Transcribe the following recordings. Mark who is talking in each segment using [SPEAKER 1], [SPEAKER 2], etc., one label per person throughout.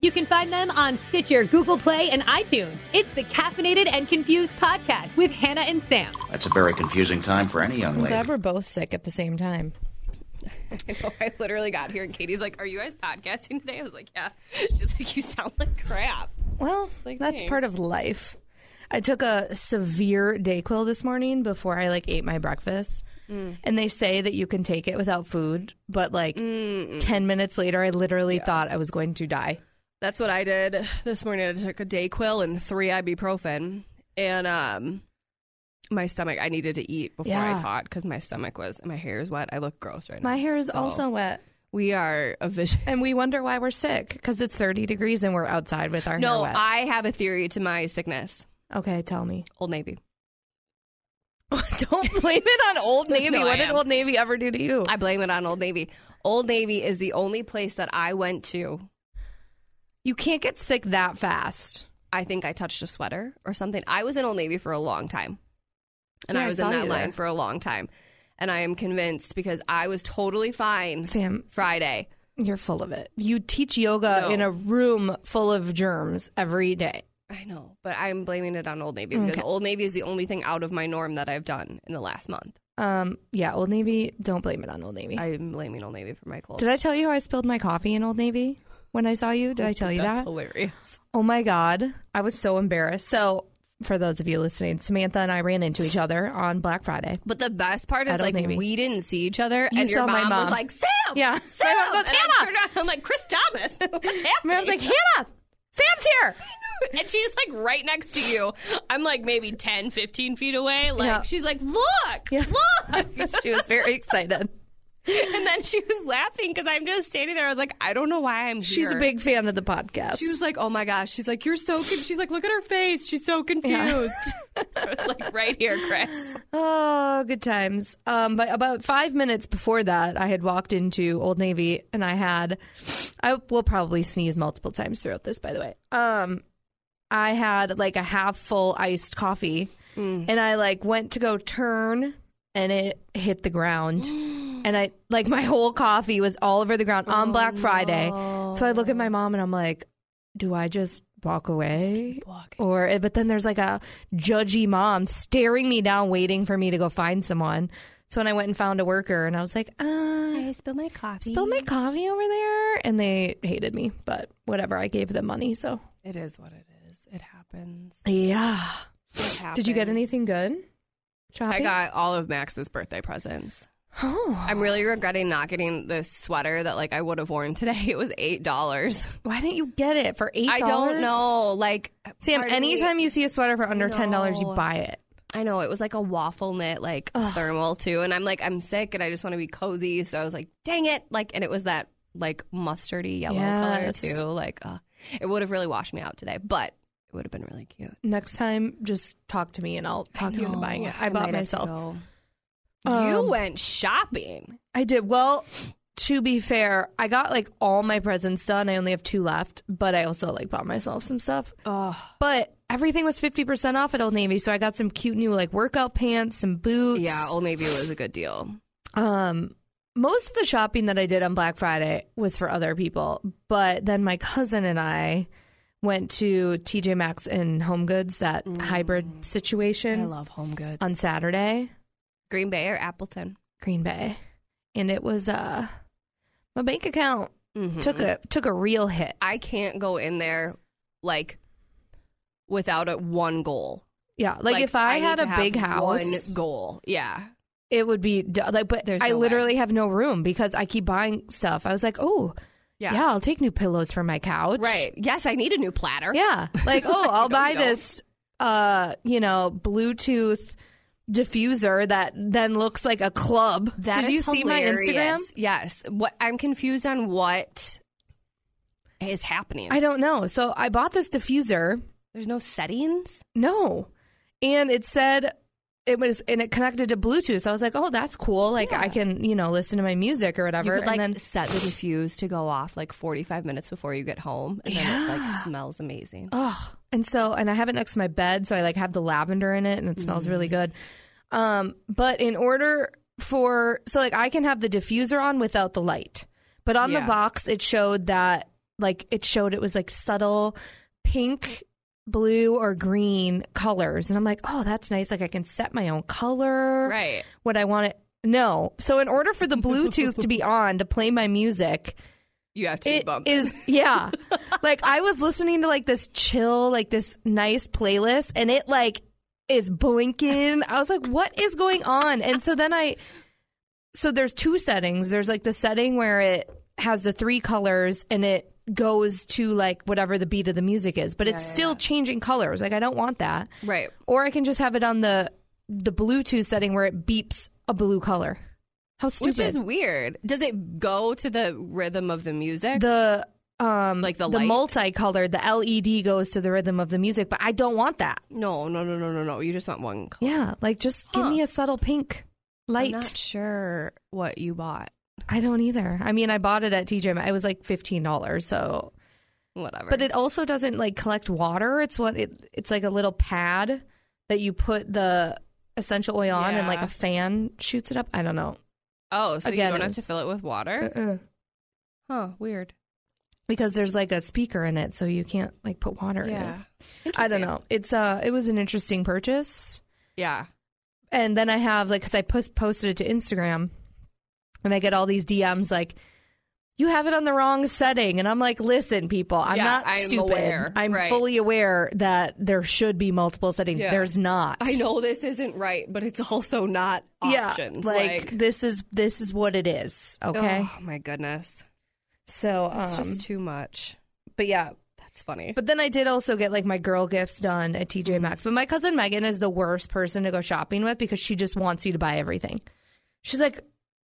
[SPEAKER 1] You can find them on Stitcher, Google Play, and iTunes. It's the Caffeinated and Confused podcast with Hannah and Sam.
[SPEAKER 2] That's a very confusing time for any young
[SPEAKER 3] I'm glad
[SPEAKER 2] lady.
[SPEAKER 3] we're both sick at the same time.
[SPEAKER 4] I know. I literally got here and Katie's like, "Are you guys podcasting today?" I was like, "Yeah." She's like, "You sound like crap."
[SPEAKER 3] Well,
[SPEAKER 4] like,
[SPEAKER 3] that's
[SPEAKER 4] hey.
[SPEAKER 3] part of life. I took a severe Dayquil this morning before I like ate my breakfast. And they say that you can take it without food, but like 10 minutes later I literally thought I was going to die.
[SPEAKER 4] That's what I did this morning. I took a Dayquil and three ibuprofen, and um, my stomach. I needed to eat before
[SPEAKER 3] Yeah.
[SPEAKER 4] I taught because my stomach was my hair is wet. I look gross right
[SPEAKER 3] My
[SPEAKER 4] now.
[SPEAKER 3] hair is
[SPEAKER 4] So,
[SPEAKER 3] also wet.
[SPEAKER 4] We are a vision.
[SPEAKER 3] And we wonder why we're sick because it's 30 degrees and we're outside with our
[SPEAKER 4] No,
[SPEAKER 3] hair wet.
[SPEAKER 4] I have a theory to my sickness.
[SPEAKER 3] okay, tell me.
[SPEAKER 4] Old Navy.
[SPEAKER 3] Don't blame it on Old Navy.
[SPEAKER 4] No, I
[SPEAKER 3] what did
[SPEAKER 4] am.
[SPEAKER 3] Old Navy ever do to you?
[SPEAKER 4] I blame it on Old Navy. Old Navy is the only place that I went to.
[SPEAKER 3] You can't get sick that fast.
[SPEAKER 4] I think I touched a sweater or something. I was in Old Navy for a long time. And
[SPEAKER 3] Yeah, I
[SPEAKER 4] I was
[SPEAKER 3] saw
[SPEAKER 4] in
[SPEAKER 3] you
[SPEAKER 4] that
[SPEAKER 3] there.
[SPEAKER 4] line for a long time. And I am convinced because I was totally fine
[SPEAKER 3] Sam,
[SPEAKER 4] Friday.
[SPEAKER 3] You're full of it. You teach yoga
[SPEAKER 4] No.
[SPEAKER 3] in a room full of germs every day.
[SPEAKER 4] I know, but I'm blaming it on Old Navy
[SPEAKER 3] Mm,
[SPEAKER 4] because Old Navy is the only thing out of my norm that I've done in the last month.
[SPEAKER 3] Um, yeah, Old Navy, don't blame it on Old Navy.
[SPEAKER 4] I'm blaming Old Navy for my cold.
[SPEAKER 3] Did I tell you how I spilled my coffee in Old Navy when I saw you? Did I tell you
[SPEAKER 4] That's
[SPEAKER 3] that?
[SPEAKER 4] hilarious.
[SPEAKER 3] Oh my God. I was so embarrassed. So, for those of you listening, Samantha and I ran into each other on Black Friday.
[SPEAKER 4] But the best part
[SPEAKER 3] At
[SPEAKER 4] is
[SPEAKER 3] Old
[SPEAKER 4] like
[SPEAKER 3] Navy.
[SPEAKER 4] we didn't see each other,
[SPEAKER 3] You
[SPEAKER 4] and your
[SPEAKER 3] saw my
[SPEAKER 4] mom,
[SPEAKER 3] mom.
[SPEAKER 4] was like, "Sam,
[SPEAKER 3] Yeah.
[SPEAKER 4] Sam."
[SPEAKER 3] My mom goes,
[SPEAKER 4] and
[SPEAKER 3] "Hannah!"
[SPEAKER 4] I turned around, I'm like, "Chris Thomas, what's happening?"
[SPEAKER 3] I was like, Hannah, Sam's here.
[SPEAKER 4] and she's like right next to you. I'm like maybe 10, 15 feet away. Like
[SPEAKER 3] Yeah.
[SPEAKER 4] she's like, look, look.
[SPEAKER 3] she was very excited.
[SPEAKER 4] and then she was laughing because I'm just standing there. I was like, I don't know why I'm
[SPEAKER 3] She's
[SPEAKER 4] here.
[SPEAKER 3] a big fan of the podcast.
[SPEAKER 4] She was like, oh my gosh. She's like, you're so. Con-. She's like, look at her face. She's so confused. I was like, right here, Chris.
[SPEAKER 3] Oh, good times. Um, but about five minutes before that, I had walked into Old Navy and I had, I will probably sneeze multiple times throughout this, by the way. Um, I had like a half full iced coffee and I like went to go turn and it hit the ground. and I, like, my whole coffee was all over the ground on Black Friday. So I look at my mom and I'm like, do I just walk away? Or eh, but then there's like a judgy mom staring me down, waiting for me to go find someone. So when I went and found a worker, and I was like, uh, I
[SPEAKER 4] spilled my coffee.
[SPEAKER 3] spilled my coffee over there, and they hated me. But whatever, I gave them money. So
[SPEAKER 4] It is what it is. It happens.
[SPEAKER 3] yeah.
[SPEAKER 4] It happens.
[SPEAKER 3] Did you get anything good? Shopping?
[SPEAKER 4] I got all of Max's birthday presents.
[SPEAKER 3] Oh,
[SPEAKER 4] I'm really regretting not getting the sweater that like I would have worn today. It was eight dollars.
[SPEAKER 3] why didn't you get it for eight?
[SPEAKER 4] I don't know. Like
[SPEAKER 3] Sam.
[SPEAKER 4] part of me-
[SPEAKER 3] Anytime you see a sweater for under ten dollars, you
[SPEAKER 4] No.
[SPEAKER 3] buy it.
[SPEAKER 4] I know it was like a waffle knit, like thermal too, and I'm like, I'm sick, and I just want to be cozy. So I was like, dang it, like, and it was that like mustardy yellow
[SPEAKER 3] Yes.
[SPEAKER 4] color too. Like, uh, it would have really washed me out today, but it would have been really cute.
[SPEAKER 3] Next time, just talk to me, and I'll talk you into buying it. I
[SPEAKER 4] might
[SPEAKER 3] bought
[SPEAKER 4] have to
[SPEAKER 3] myself.
[SPEAKER 4] go.
[SPEAKER 3] Um,
[SPEAKER 4] you went shopping.
[SPEAKER 3] I did. Well, to be fair, I got like all my presents done. I only have two left, but I also like bought myself some stuff.
[SPEAKER 4] Oh,
[SPEAKER 3] But everything was 50% off at Old Navy. So I got some cute new like workout pants, some boots.
[SPEAKER 4] yeah, Old Navy was a good deal.
[SPEAKER 3] Um, most of the shopping that I did on Black Friday was for other people. But then my cousin and I went to TJ Maxx and Home Goods, that hybrid situation
[SPEAKER 4] love Home Goods.
[SPEAKER 3] on Saturday.
[SPEAKER 4] Uh, Green Bay or Appleton?
[SPEAKER 3] Green Bay, and it was uh my bank account took a took a real hit.
[SPEAKER 4] Mm-hmm. I can't go in there like without a one goal.
[SPEAKER 3] Yeah, like, if I,
[SPEAKER 4] need
[SPEAKER 3] had
[SPEAKER 4] to
[SPEAKER 3] a
[SPEAKER 4] have
[SPEAKER 3] big house,
[SPEAKER 4] one goal. Yeah.
[SPEAKER 3] it would be d- like. But
[SPEAKER 4] There's
[SPEAKER 3] I
[SPEAKER 4] no way.
[SPEAKER 3] literally have no room because I keep buying stuff. I was like, oh yeah,
[SPEAKER 4] Yeah.
[SPEAKER 3] I'll take new pillows for my couch.
[SPEAKER 4] Right. Yes, I need a new platter.
[SPEAKER 3] Yeah. Like oh, I'll
[SPEAKER 4] No,
[SPEAKER 3] buy
[SPEAKER 4] you don't.
[SPEAKER 3] this uh you know Bluetooth diffuser that then looks like a club.
[SPEAKER 4] That
[SPEAKER 3] Did
[SPEAKER 4] is
[SPEAKER 3] you see my Instagram?
[SPEAKER 4] hilarious. Yes. What I'm confused on what is happening.
[SPEAKER 3] I don't know. So I bought this diffuser.
[SPEAKER 4] There's no settings.
[SPEAKER 3] No. And it said it was and it connected to Bluetooth. So I was like, oh, that's cool. Like I can, you know, listen to my music or whatever.
[SPEAKER 4] You could like
[SPEAKER 3] and then
[SPEAKER 4] set the diffuse to go off like 45 minutes before you get home, and then it like smells amazing.
[SPEAKER 3] oh and so and I have it next to my bed, so I like have the lavender in it and it smells
[SPEAKER 4] Mm.
[SPEAKER 3] really good. Um, but in order for so like I can have the diffuser on without the light. But on
[SPEAKER 4] Yeah.
[SPEAKER 3] the box it showed that like it showed it was like subtle pink, blue, or green colors. And I'm like, oh, that's nice. Like I can set my own color.
[SPEAKER 4] Right.
[SPEAKER 3] What I want it. No. So in order for the Bluetooth to be on to play my music,
[SPEAKER 4] You have to be
[SPEAKER 3] it
[SPEAKER 4] bumped.
[SPEAKER 3] is yeah. like I was listening to like this chill, like this nice playlist, and it like is blinking. I was like, what is going on? And so then I, so there's two settings. There's like the setting where it has the three colors and it goes to like whatever the beat of the music is, but it's still changing colors. Like I don't want that.
[SPEAKER 4] right.
[SPEAKER 3] Or I can just have it on the the Bluetooth setting where it beeps a blue color. How stupid!
[SPEAKER 4] Which is weird. Does it go to the rhythm of the music?
[SPEAKER 3] the um
[SPEAKER 4] Like the
[SPEAKER 3] the
[SPEAKER 4] light?
[SPEAKER 3] multicolored the LED goes to the rhythm of the music, but I don't want that.
[SPEAKER 4] no, no, no, no, no, no. You just want one color.
[SPEAKER 3] Yeah, like just give
[SPEAKER 4] Huh.
[SPEAKER 3] me a subtle pink
[SPEAKER 4] I'm
[SPEAKER 3] light.
[SPEAKER 4] not sure what you bought.
[SPEAKER 3] I don't either. I mean, I bought it at TJ. Ma- It was like fifteen dollars. So,
[SPEAKER 4] Whatever.
[SPEAKER 3] but it also doesn't like collect water. It's what it. It's like a little pad that you put the essential oil on, and like
[SPEAKER 4] Yeah.
[SPEAKER 3] a fan shoots it up. I don't know.
[SPEAKER 4] oh, so
[SPEAKER 3] again,
[SPEAKER 4] you
[SPEAKER 3] it
[SPEAKER 4] don't have
[SPEAKER 3] was-
[SPEAKER 4] to fill it with water?
[SPEAKER 3] Uh-uh.
[SPEAKER 4] Huh. Weird.
[SPEAKER 3] Because there's like a speaker in it, so you can't like put water in
[SPEAKER 4] Yeah.
[SPEAKER 3] it. I don't
[SPEAKER 4] Interesting.
[SPEAKER 3] know. It's uh, it was an interesting purchase.
[SPEAKER 4] Yeah.
[SPEAKER 3] and then I have like because I post, posted it to Instagram, and I get all these DMs like, "You have it on the wrong setting," and I'm like, "Listen, people, I'm
[SPEAKER 4] Yeah,
[SPEAKER 3] not
[SPEAKER 4] I'm
[SPEAKER 3] stupid.
[SPEAKER 4] aware.
[SPEAKER 3] I'm
[SPEAKER 4] Right.
[SPEAKER 3] fully aware that there should be multiple settings.
[SPEAKER 4] Yeah.
[SPEAKER 3] There's not.
[SPEAKER 4] I know this isn't right, but it's also not options.
[SPEAKER 3] Yeah, like, this is this is what it is. Okay,
[SPEAKER 4] oh my goodness,
[SPEAKER 3] so um,
[SPEAKER 4] it's just too much.
[SPEAKER 3] but yeah.
[SPEAKER 4] That's funny.
[SPEAKER 3] But then I did also get like my girl gifts done at TJ
[SPEAKER 4] Mm.
[SPEAKER 3] Maxx. But my cousin Megan is the worst person to go shopping with because she just wants you to buy everything. She's like,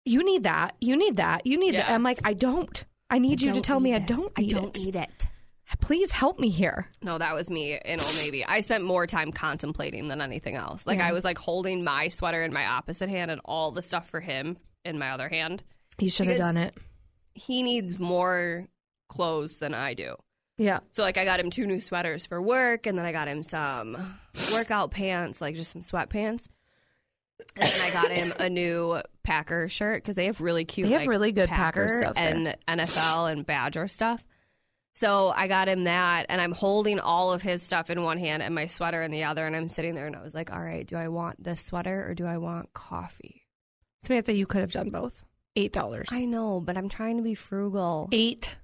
[SPEAKER 3] "You need that. You need that. You need that."
[SPEAKER 4] Yeah.
[SPEAKER 3] I'm like, "I don't. I need you to tell me I don't need it.
[SPEAKER 4] it.
[SPEAKER 3] Please help me here."
[SPEAKER 4] No, that was me in Old Navy. I spent more time contemplating than anything else. Like I was like holding my sweater in my opposite hand and all the stuff for him in my other hand.
[SPEAKER 3] You should have
[SPEAKER 4] Because-
[SPEAKER 3] done it.
[SPEAKER 4] He needs more clothes than I do.
[SPEAKER 3] Yeah.
[SPEAKER 4] So like I got him two new sweaters for work, and then I got him some workout pants, like just some sweatpants. And then I got him a new Packer shirt because they have really cute.
[SPEAKER 3] They have
[SPEAKER 4] like,
[SPEAKER 3] really good Packer stuff there.
[SPEAKER 4] and NFL and Badger stuff. So I got him that, and I'm holding all of his stuff in one hand and my sweater in the other, and I'm sitting there, and I was like, "All right, do I want this sweater or do I want coffee?"
[SPEAKER 3] Samantha, you could have done both. Eight dollars.
[SPEAKER 4] I know, but I'm trying to be frugal.
[SPEAKER 3] Eight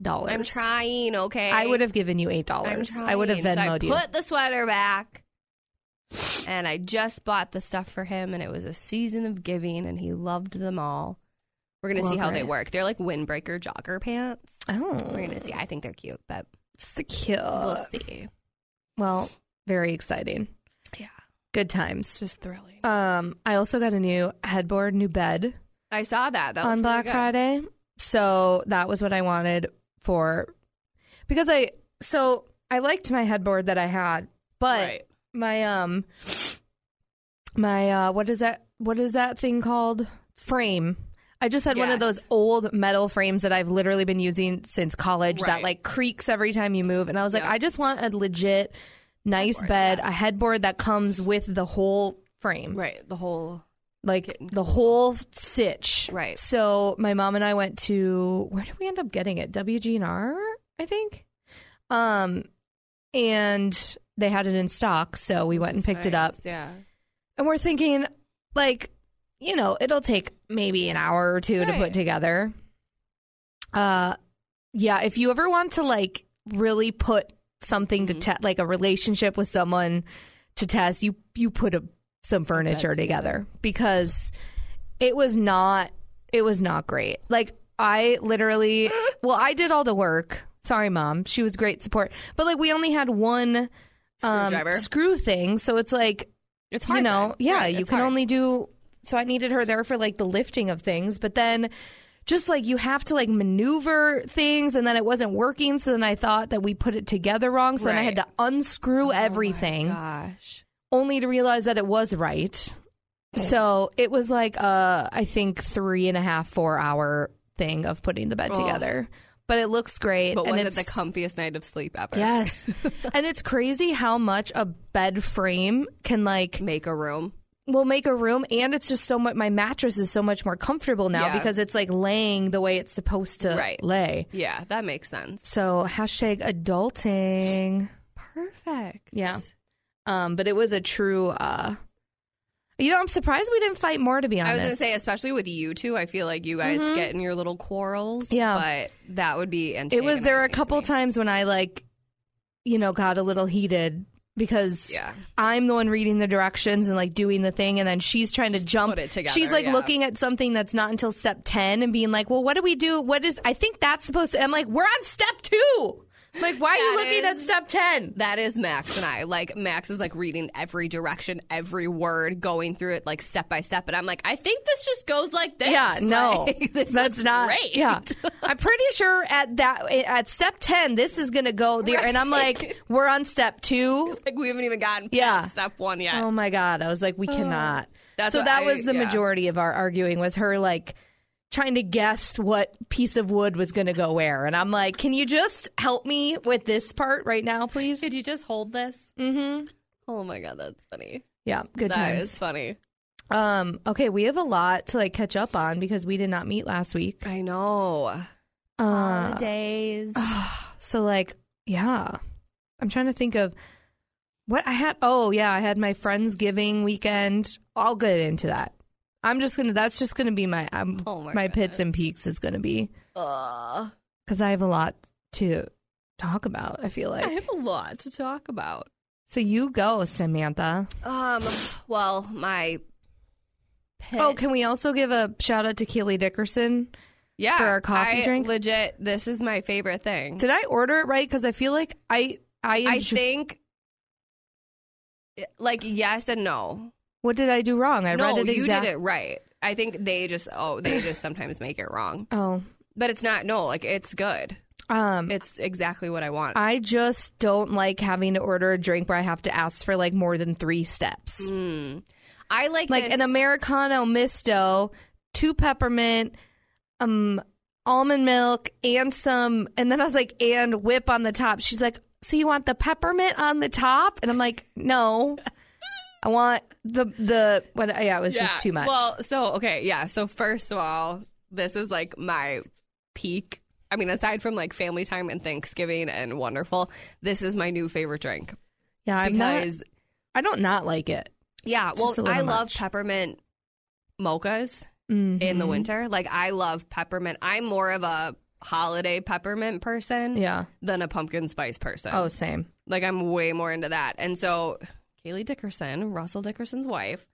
[SPEAKER 3] dollars.
[SPEAKER 4] I'm trying, okay.
[SPEAKER 3] I would have given you eight
[SPEAKER 4] I'm
[SPEAKER 3] dollars. I would have
[SPEAKER 4] trying. So
[SPEAKER 3] Venmoed
[SPEAKER 4] I
[SPEAKER 3] you.
[SPEAKER 4] Put the sweater back. And I just bought the stuff for him, and it was a season of giving, and he loved them all. We're gonna
[SPEAKER 3] Well,
[SPEAKER 4] see how they
[SPEAKER 3] great.
[SPEAKER 4] work. They're like windbreaker jogger pants.
[SPEAKER 3] Oh,
[SPEAKER 4] We're gonna see. I think they're cute, but
[SPEAKER 3] so cute.
[SPEAKER 4] we'll see.
[SPEAKER 3] Well, very exciting.
[SPEAKER 4] Yeah,
[SPEAKER 3] Good times.
[SPEAKER 4] it's just thrilling.
[SPEAKER 3] Um, I also got a new headboard, new bed
[SPEAKER 4] I saw that, that
[SPEAKER 3] on
[SPEAKER 4] looked
[SPEAKER 3] Black
[SPEAKER 4] pretty good.
[SPEAKER 3] Friday. So that was what I wanted for because I so I liked my headboard that I had, but
[SPEAKER 4] Right.
[SPEAKER 3] my um my uh what is that what is that thing called? Frame. I just had one of
[SPEAKER 4] Yes.
[SPEAKER 3] those old metal frames that I've literally been using since college that
[SPEAKER 4] Right.
[SPEAKER 3] like creaks every time you move and I was like
[SPEAKER 4] Yep.
[SPEAKER 3] I just want a legit nice bed, a headboard that comes with the whole frame
[SPEAKER 4] right, the whole
[SPEAKER 3] like the whole sitch.
[SPEAKER 4] Right.
[SPEAKER 3] So my mom and I went to where did we end up getting it? WGNR, I think. Um, and they had it in stock, so we went and picked it up.
[SPEAKER 4] Nice, Yeah,
[SPEAKER 3] And we're thinking, like, you know, it'll take maybe an hour or two to put
[SPEAKER 4] Right.
[SPEAKER 3] together. Uh, yeah. If you ever want to like really put something to test, like a relationship with someone to test, you you put a, some furniture together. because it was not it was not great. Like I literally, well, I did all the work. Sorry, mom. She was great support, but like we only had one um,
[SPEAKER 4] Screwdriver.
[SPEAKER 3] screw thing, so it's like
[SPEAKER 4] it's hard.
[SPEAKER 3] you know,
[SPEAKER 4] then.
[SPEAKER 3] yeah,
[SPEAKER 4] Right,
[SPEAKER 3] you
[SPEAKER 4] it's
[SPEAKER 3] can
[SPEAKER 4] hard.
[SPEAKER 3] only do. So I needed her there for like the lifting of things, but then just like you have to like maneuver things, and then it wasn't working. So then I thought that we put it together wrong. So then I had to
[SPEAKER 4] Right. Oh
[SPEAKER 3] unscrew everything,
[SPEAKER 4] Gosh,
[SPEAKER 3] only to realize that it was right. So it was like a, I think three and a half, four hour thing of putting the bed
[SPEAKER 4] Ugh.
[SPEAKER 3] together. But it looks great.
[SPEAKER 4] but
[SPEAKER 3] and
[SPEAKER 4] was it the
[SPEAKER 3] it's-
[SPEAKER 4] comfiest night of sleep ever?
[SPEAKER 3] Yes. and it's crazy how much a bed frame can like
[SPEAKER 4] make a room.
[SPEAKER 3] will make a room and it's just so much my mattress is so much more comfortable now
[SPEAKER 4] Yeah.
[SPEAKER 3] because it's like laying the way it's supposed to
[SPEAKER 4] Right.
[SPEAKER 3] lay.
[SPEAKER 4] Yeah, that makes sense.
[SPEAKER 3] So hashtag adulting.
[SPEAKER 4] Perfect.
[SPEAKER 3] Yeah. Um, but it was a true uh you know, I'm surprised we didn't fight more to be honest. Mm-hmm.
[SPEAKER 4] I was gonna say, especially with you two, I feel like you guys get in your little quarrels.
[SPEAKER 3] Yeah.
[SPEAKER 4] but that would be.
[SPEAKER 3] it was there were a couple
[SPEAKER 4] times.
[SPEAKER 3] times when I like you know, got a little heated because
[SPEAKER 4] Yeah.
[SPEAKER 3] I'm the one reading the directions and like doing the thing and then she's trying to jump
[SPEAKER 4] put it together,
[SPEAKER 3] She's like
[SPEAKER 4] yeah.
[SPEAKER 3] looking at something that's not until step 10 and being like, "Well, what do we do? What is I think that's supposed to I'm like, "We're on step 2." I'm like, why are you
[SPEAKER 4] That
[SPEAKER 3] looking at
[SPEAKER 4] is-
[SPEAKER 3] step 10?
[SPEAKER 4] That is Max and I. Like Max is like reading every direction, every word, going through it like step by step. And I'm like, I think this just goes like this.
[SPEAKER 3] Yeah, no,
[SPEAKER 4] Like, this
[SPEAKER 3] that's
[SPEAKER 4] looks
[SPEAKER 3] not.
[SPEAKER 4] great.
[SPEAKER 3] Yeah, I'm pretty sure at that at step ten, this is gonna go there, and I'm like, we're on step two.
[SPEAKER 4] like we haven't even gotten past
[SPEAKER 3] Yeah.
[SPEAKER 4] step one yet.
[SPEAKER 3] Oh my god, I was like, we cannot.
[SPEAKER 4] That's
[SPEAKER 3] so
[SPEAKER 4] what
[SPEAKER 3] that
[SPEAKER 4] I-
[SPEAKER 3] was the
[SPEAKER 4] yeah.
[SPEAKER 3] majority of our arguing was her like trying to guess what piece of wood was gonna go where, and I'm like, can you just help me with this part right now, please?
[SPEAKER 4] Could you just hold this? Mm-hmm. Oh my god, that's funny.
[SPEAKER 3] Yeah, good
[SPEAKER 4] That is
[SPEAKER 3] times.
[SPEAKER 4] funny.
[SPEAKER 3] Um, okay, we have a lot to like catch up on because we did not meet last week.
[SPEAKER 4] I know.
[SPEAKER 3] Uh,
[SPEAKER 4] Holidays.
[SPEAKER 3] So like, yeah. I'm trying to think of what I had oh yeah, I had my friends giving weekend. I'll get into that. I'm just gonna that's just gonna be my um,
[SPEAKER 4] Oh
[SPEAKER 3] my,
[SPEAKER 4] my
[SPEAKER 3] pits and peaks is gonna be
[SPEAKER 4] Ugh.
[SPEAKER 3] because I have a lot to talk about, I feel like.
[SPEAKER 4] I have a lot to talk about.
[SPEAKER 3] so you go, Samantha.
[SPEAKER 4] Um. Well, my. Pit.
[SPEAKER 3] Oh, can we also give a shout out to Keely Dickerson?
[SPEAKER 4] yeah,
[SPEAKER 3] for our coffee
[SPEAKER 4] I
[SPEAKER 3] drink?
[SPEAKER 4] Legit, this is my favorite thing.
[SPEAKER 3] Did I order it right? Because I feel like I I,
[SPEAKER 4] I
[SPEAKER 3] enjoy-
[SPEAKER 4] think, like, yes and no.
[SPEAKER 3] what did I do wrong? I
[SPEAKER 4] no,
[SPEAKER 3] read it
[SPEAKER 4] you
[SPEAKER 3] exactly.
[SPEAKER 4] did it right. I think they just, oh, they just sometimes make it wrong.
[SPEAKER 3] Oh,
[SPEAKER 4] But it's not, no, like, it's good.
[SPEAKER 3] um,
[SPEAKER 4] It's exactly what I want.
[SPEAKER 3] I just don't like having to order a drink where I have to ask for like more than three steps.
[SPEAKER 4] Mm. I like,
[SPEAKER 3] Like
[SPEAKER 4] this-
[SPEAKER 3] an Americano misto, two peppermint, um, almond milk, and some. And then I was like, and whip on the top. She's like, so you want the peppermint on the top? And I'm like, no, I want the the what? Yeah, it was
[SPEAKER 4] Yeah.
[SPEAKER 3] just too much.
[SPEAKER 4] Well, so, okay, yeah. So, first of all, this is like my peak. I mean, aside from like family time and Thanksgiving and wonderful, this is my new favorite drink
[SPEAKER 3] yeah, I'm not,
[SPEAKER 4] because
[SPEAKER 3] I don't not like it.
[SPEAKER 4] Yeah,
[SPEAKER 3] It's
[SPEAKER 4] well,
[SPEAKER 3] just a little
[SPEAKER 4] I love
[SPEAKER 3] much.
[SPEAKER 4] peppermint mochas in the
[SPEAKER 3] Mhm.
[SPEAKER 4] winter. Like, I love peppermint. I'm more of a holiday peppermint person
[SPEAKER 3] Yeah.
[SPEAKER 4] than a pumpkin spice person.
[SPEAKER 3] Oh, same.
[SPEAKER 4] Like, I'm way more into that. And so, Kaylee Dickerson, Russell Dickerson's wife,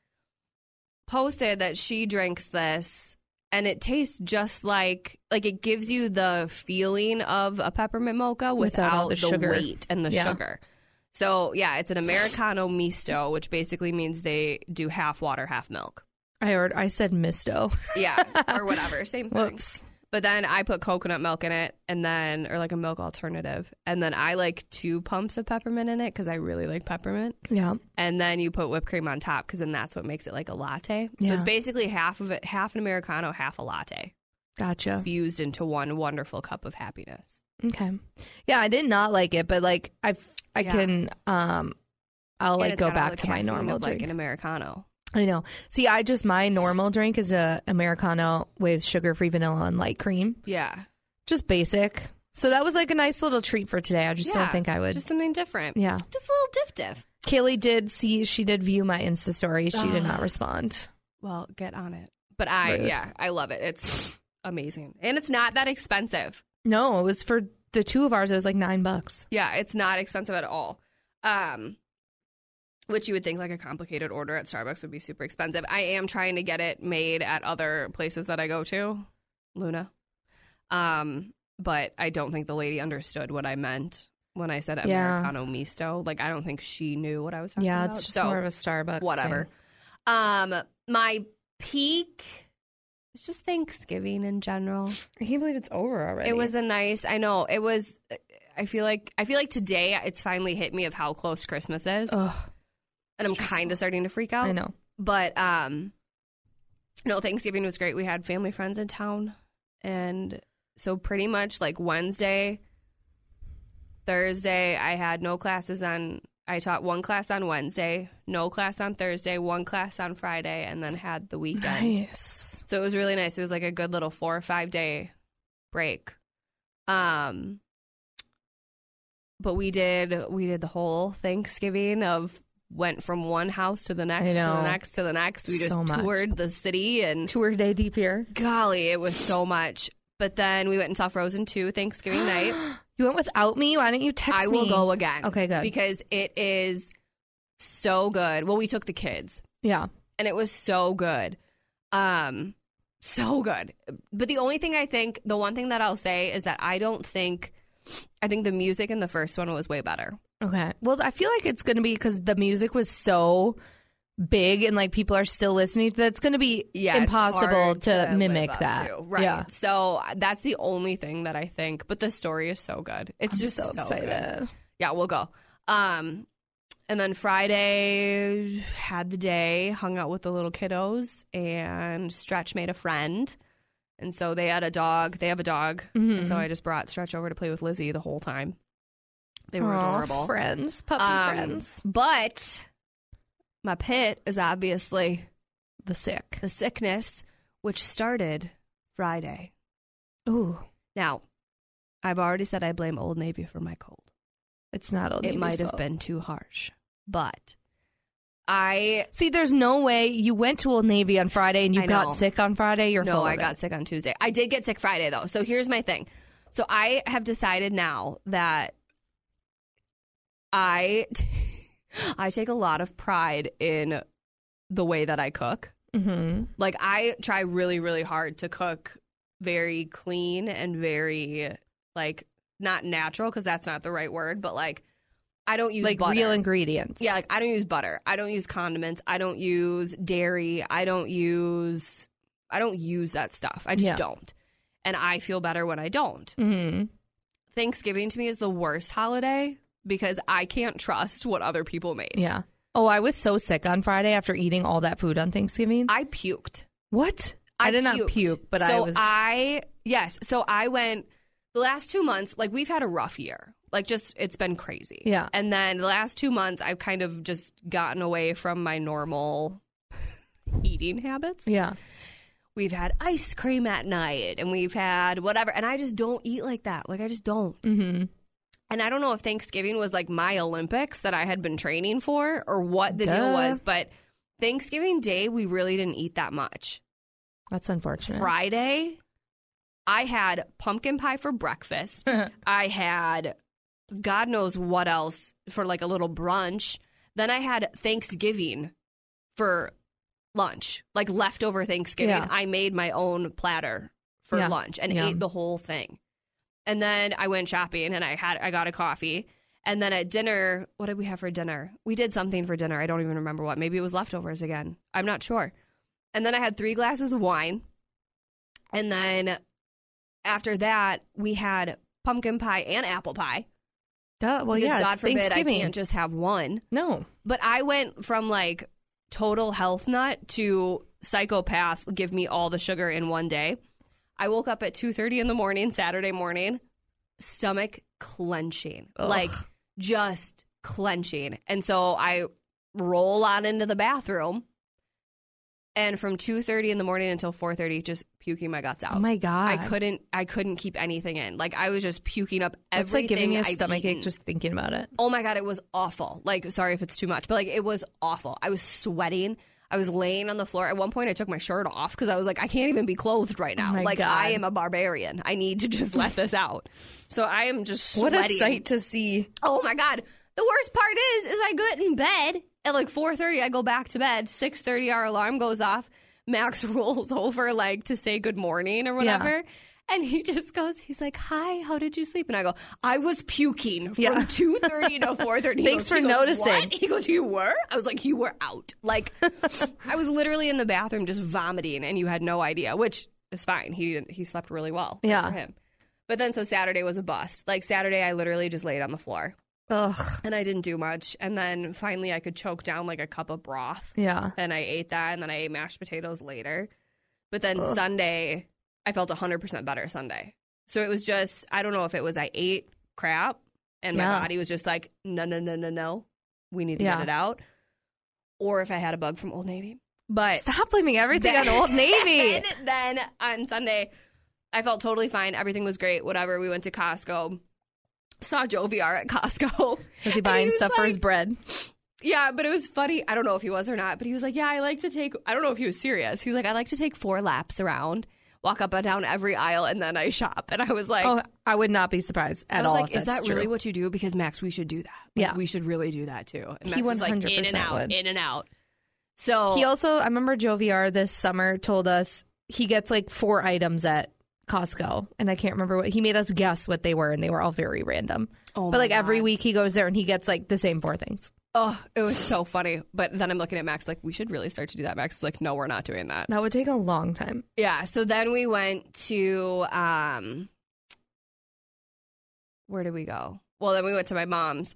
[SPEAKER 4] posted that she drinks this and it tastes just like like it gives you the feeling of a peppermint mocha
[SPEAKER 3] Without
[SPEAKER 4] without,
[SPEAKER 3] all the
[SPEAKER 4] the,
[SPEAKER 3] sugar.
[SPEAKER 4] weight and the
[SPEAKER 3] Yeah.
[SPEAKER 4] sugar. So yeah, it's an americano misto, which basically means they do half water, half milk.
[SPEAKER 3] I ordered. I said misto.
[SPEAKER 4] Yeah, or whatever, same thing.
[SPEAKER 3] Whoops.
[SPEAKER 4] But then I put coconut milk in it, and then or like a milk alternative, and then I like two pumps of peppermint in it because I really like peppermint.
[SPEAKER 3] Yeah.
[SPEAKER 4] And then you put whipped cream on top because then that's what makes it like a latte. So
[SPEAKER 3] Yeah.
[SPEAKER 4] it's basically half of it, half an americano, half a latte,
[SPEAKER 3] Gotcha.
[SPEAKER 4] fused into one wonderful cup of happiness.
[SPEAKER 3] Okay. Yeah, I did not like it, but like I, f- I
[SPEAKER 4] Yeah.
[SPEAKER 3] can, um, I'll
[SPEAKER 4] And
[SPEAKER 3] like
[SPEAKER 4] it's
[SPEAKER 3] go
[SPEAKER 4] got all
[SPEAKER 3] back
[SPEAKER 4] the
[SPEAKER 3] to my
[SPEAKER 4] caffeine
[SPEAKER 3] normal
[SPEAKER 4] of,
[SPEAKER 3] drink.
[SPEAKER 4] like an americano.
[SPEAKER 3] I know. See, I just my normal drink is a americano with sugar free vanilla and light cream,
[SPEAKER 4] Yeah,
[SPEAKER 3] just basic. So that was like a nice little treat for today. I just don't
[SPEAKER 4] Yeah,
[SPEAKER 3] think I would.
[SPEAKER 4] Just something different.
[SPEAKER 3] yeah.
[SPEAKER 4] just a little diff diff.
[SPEAKER 3] Kaylee did see. She did view my Insta story. She did not respond.
[SPEAKER 4] Well, get on it. But I,
[SPEAKER 3] Rude.
[SPEAKER 4] yeah, I love it. It's amazing, and it's not that expensive.
[SPEAKER 3] No, it was for the two of ours. It was like nine bucks.
[SPEAKER 4] Yeah, it's not expensive at all. Um, which you would think like a complicated order at Starbucks would be super expensive. I am trying to get it made at other places that I go to, Luna. Um, but I don't think the lady understood what I meant when I said
[SPEAKER 3] Yeah.
[SPEAKER 4] Americano misto. Like I don't think she knew what I was talking
[SPEAKER 3] Yeah,
[SPEAKER 4] about.
[SPEAKER 3] it's just
[SPEAKER 4] So,
[SPEAKER 3] more of a Starbucks.
[SPEAKER 4] whatever.
[SPEAKER 3] thing.
[SPEAKER 4] Um, my peak. It's just Thanksgiving in general.
[SPEAKER 3] I can't believe it's over already.
[SPEAKER 4] It was uh, a nice. I know it was. I feel like I feel like today it's finally hit me of how close Christmas is,
[SPEAKER 3] Ugh,
[SPEAKER 4] and I'm
[SPEAKER 3] Oh, stressful.
[SPEAKER 4] kind of starting to freak out.
[SPEAKER 3] I know.
[SPEAKER 4] but um, no, Thanksgiving was great. We had family friends in town, and so pretty much like Wednesday, Thursday, I had no classes on. I taught one class on Wednesday, no class on Thursday, one class on Friday, and then had the weekend.
[SPEAKER 3] Nice.
[SPEAKER 4] So it was really nice. It was like a good little four or five day break. Um but we did we did the whole Thanksgiving of went from one house to the next to
[SPEAKER 3] know.
[SPEAKER 4] the next to the next. We just
[SPEAKER 3] So much.
[SPEAKER 4] toured the city and
[SPEAKER 3] Tour day deep here.
[SPEAKER 4] golly, it was so much. But then we went and saw Frozen 2 Thanksgiving night.
[SPEAKER 3] You went without me. Why didn't you text
[SPEAKER 4] I
[SPEAKER 3] me?
[SPEAKER 4] will go again.
[SPEAKER 3] Okay, good.
[SPEAKER 4] Because it is so good. Well, we took the kids
[SPEAKER 3] Yeah.
[SPEAKER 4] and it was so good. Um so good. But the only thing I think, the one thing that I'll say is that I don't think I think the music in the first one was way better.
[SPEAKER 3] Okay. Well, I feel like it's going to be because the music was so big and like people are still listening. That's going to be
[SPEAKER 4] Yeah, it's
[SPEAKER 3] impossible
[SPEAKER 4] hard
[SPEAKER 3] to,
[SPEAKER 4] live
[SPEAKER 3] mimic
[SPEAKER 4] up
[SPEAKER 3] that.
[SPEAKER 4] to. Right.
[SPEAKER 3] Yeah.
[SPEAKER 4] So that's the only thing that I think, but the story is so good. It's
[SPEAKER 3] I'm
[SPEAKER 4] just
[SPEAKER 3] so
[SPEAKER 4] good.
[SPEAKER 3] excited.
[SPEAKER 4] Yeah, we'll go. Um, and then Friday had the day, hung out with the little kiddos, and Stretch made a friend. And so they had a dog. They have a dog, and so
[SPEAKER 3] Mm-hmm.
[SPEAKER 4] I just brought Stretch over to play with Lizzie the whole time. They were
[SPEAKER 3] Aw,
[SPEAKER 4] adorable.
[SPEAKER 3] friends, puppy
[SPEAKER 4] Um,
[SPEAKER 3] friends.
[SPEAKER 4] But my pit is obviously
[SPEAKER 3] The sick.
[SPEAKER 4] the sickness, which started Friday.
[SPEAKER 3] Ooh,
[SPEAKER 4] Now, I've already said I blame Old Navy for my cold.
[SPEAKER 3] it's not Old
[SPEAKER 4] it
[SPEAKER 3] Navy's
[SPEAKER 4] might have
[SPEAKER 3] fault.
[SPEAKER 4] been too harsh, but I
[SPEAKER 3] See, there's no way you went to Old Navy on Friday and you
[SPEAKER 4] I know.
[SPEAKER 3] got sick on Friday. You're
[SPEAKER 4] no,
[SPEAKER 3] full
[SPEAKER 4] I
[SPEAKER 3] of
[SPEAKER 4] got
[SPEAKER 3] it.
[SPEAKER 4] sick on Tuesday. I did get sick Friday though. So here's my thing. So I have decided now that I I take a lot of pride in the way that I cook.
[SPEAKER 3] Mm-hmm.
[SPEAKER 4] Like I try really really hard to cook very clean and very like not natural because that's not the right word, but like I don't use
[SPEAKER 3] Like
[SPEAKER 4] butter.
[SPEAKER 3] real ingredients.
[SPEAKER 4] Yeah, like I don't use butter. I don't use condiments. I don't use dairy. I don't use I don't use that stuff. I just
[SPEAKER 3] Yeah.
[SPEAKER 4] don't. And I feel better when I don't.
[SPEAKER 3] Mm-hmm.
[SPEAKER 4] Thanksgiving to me is the worst holiday because I can't trust what other people made.
[SPEAKER 3] Yeah. Oh, I was so sick on Friday after eating all that food on Thanksgiving.
[SPEAKER 4] I puked.
[SPEAKER 3] what? I, did not
[SPEAKER 4] puked.
[SPEAKER 3] puke, but
[SPEAKER 4] so
[SPEAKER 3] I was.
[SPEAKER 4] I yes. So I went the last two months. Like we've had a rough year. Like just it's been crazy.
[SPEAKER 3] Yeah.
[SPEAKER 4] And then the last two months, I've kind of just gotten away from my normal eating habits.
[SPEAKER 3] yeah.
[SPEAKER 4] we've had ice cream at night and we've had whatever and i just don't eat like that like i just don't
[SPEAKER 3] Mm-hmm.
[SPEAKER 4] and i don't know if thanksgiving was like my olympics that i had been training for or what the deal
[SPEAKER 3] Duh.
[SPEAKER 4] was but thanksgiving day we really didn't eat that much
[SPEAKER 3] That's unfortunate.
[SPEAKER 4] friday i had pumpkin pie for breakfast i had god knows what else for like a little brunch then i had thanksgiving for lunch, like leftover Thanksgiving.
[SPEAKER 3] Yeah.
[SPEAKER 4] I made my own platter for
[SPEAKER 3] Yeah.
[SPEAKER 4] lunch and
[SPEAKER 3] Yum.
[SPEAKER 4] ate the whole thing. And then I went shopping and I had I got a coffee. And then at dinner, what did we have for dinner? We did something for dinner. I don't even remember what. Maybe it was leftovers again. I'm not sure. And then I had three glasses of wine. And then after that, we had pumpkin pie and apple pie.
[SPEAKER 3] Duh. Well,
[SPEAKER 4] because
[SPEAKER 3] yeah.
[SPEAKER 4] God
[SPEAKER 3] it's
[SPEAKER 4] forbid I
[SPEAKER 3] Thanksgiving.
[SPEAKER 4] can't just have one.
[SPEAKER 3] No.
[SPEAKER 4] But I went from like total health nut to psychopath. Give me all the sugar in one day. I woke up at two thirty in the morning Saturday morning, stomach clenching,
[SPEAKER 3] Ugh.
[SPEAKER 4] like just clenching. And so I roll on into the bathroom, and from two thirty in the morning until four thirty, just puking my guts out.
[SPEAKER 3] Oh my god.
[SPEAKER 4] I couldn't. I couldn't keep anything in. Like I was just puking up
[SPEAKER 3] It's
[SPEAKER 4] everything.
[SPEAKER 3] like giving me a
[SPEAKER 4] I've
[SPEAKER 3] stomachache
[SPEAKER 4] eaten.
[SPEAKER 3] just thinking about it.
[SPEAKER 4] Oh my god, it was awful. Like, sorry if it's too much, but like it was awful. I was sweating. I was laying on the floor. At one point, I took my shirt off because I was like, I can't even be clothed right now.
[SPEAKER 3] Oh my
[SPEAKER 4] like,
[SPEAKER 3] God.
[SPEAKER 4] I am a barbarian. I need to just let this out. So I am just
[SPEAKER 3] What
[SPEAKER 4] sweating.
[SPEAKER 3] a sight to see.
[SPEAKER 4] Oh my god. The worst part is, is I get in bed at like 4:30. I go back to bed. 6:30, our alarm goes off. Max rolls over like to say good morning or whatever. And he just goes, he's like, "Hi, how did you sleep?" And I go, "I was puking from
[SPEAKER 3] Yeah.
[SPEAKER 4] 2:30 to 4:30." He
[SPEAKER 3] Thanks
[SPEAKER 4] goes- he
[SPEAKER 3] for
[SPEAKER 4] goes,
[SPEAKER 3] noticing.
[SPEAKER 4] "What?" He goes, "You were?" I was like, "You were out." Like, I was literally in the bathroom just vomiting, and you had no idea, which is fine. He didn't, he slept really well. Good
[SPEAKER 3] Yeah.
[SPEAKER 4] for him. But then, so Saturday was a bust. Like Saturday, I literally just laid on the floor
[SPEAKER 3] Ugh.
[SPEAKER 4] and I didn't do much. And then finally, I could choke down like a cup of broth,
[SPEAKER 3] Yeah.
[SPEAKER 4] and I ate that, and then I ate mashed potatoes later. But then Sunday, I felt 100% better Sunday. So it was just, I don't know if it was I ate crap and my
[SPEAKER 3] Yeah.
[SPEAKER 4] body was just like, no, no, no, no, no. we need to
[SPEAKER 3] Yeah.
[SPEAKER 4] get it out, or if I had a bug from Old Navy. But
[SPEAKER 3] Stop blaming everything on Old Navy.
[SPEAKER 4] then, then on Sunday, I felt totally fine. Everything was great. Whatever. We went to Costco. Saw Joe VR at Costco.
[SPEAKER 3] Was he
[SPEAKER 4] And
[SPEAKER 3] buying
[SPEAKER 4] was
[SPEAKER 3] stuff for
[SPEAKER 4] like-
[SPEAKER 3] his bread?
[SPEAKER 4] Yeah, but it was funny. I don't know if he was or not, but he was like, "Yeah, I like to take." I don't know if he was serious. He was like, "I like to take four laps around, walk up and down every aisle, and then I shop." And I was like,
[SPEAKER 3] oh, I would not be surprised at
[SPEAKER 4] "I was
[SPEAKER 3] all.
[SPEAKER 4] like,
[SPEAKER 3] if
[SPEAKER 4] is
[SPEAKER 3] that's
[SPEAKER 4] that really
[SPEAKER 3] true.
[SPEAKER 4] what you do?" Because Max, we should do that. Like,
[SPEAKER 3] Yeah.
[SPEAKER 4] we should really do that too. And
[SPEAKER 3] He
[SPEAKER 4] Max was like, "In
[SPEAKER 3] 100%
[SPEAKER 4] and out,
[SPEAKER 3] would.
[SPEAKER 4] in and out." So
[SPEAKER 3] He also, I remember Joe VR this summer told us he gets like four items at Costco, and I can't remember what he made us guess what they were, and they were all very random.
[SPEAKER 4] Oh
[SPEAKER 3] but
[SPEAKER 4] my
[SPEAKER 3] like every
[SPEAKER 4] God.
[SPEAKER 3] week he goes there and he gets like the same four things.
[SPEAKER 4] Oh, it was so funny. But then I'm looking at Max like, we should really start to do that. Max is like, no, we're not doing that.
[SPEAKER 3] That would take a long time.
[SPEAKER 4] Yeah. So then we went to um where did we go? Well, then we went to my mom's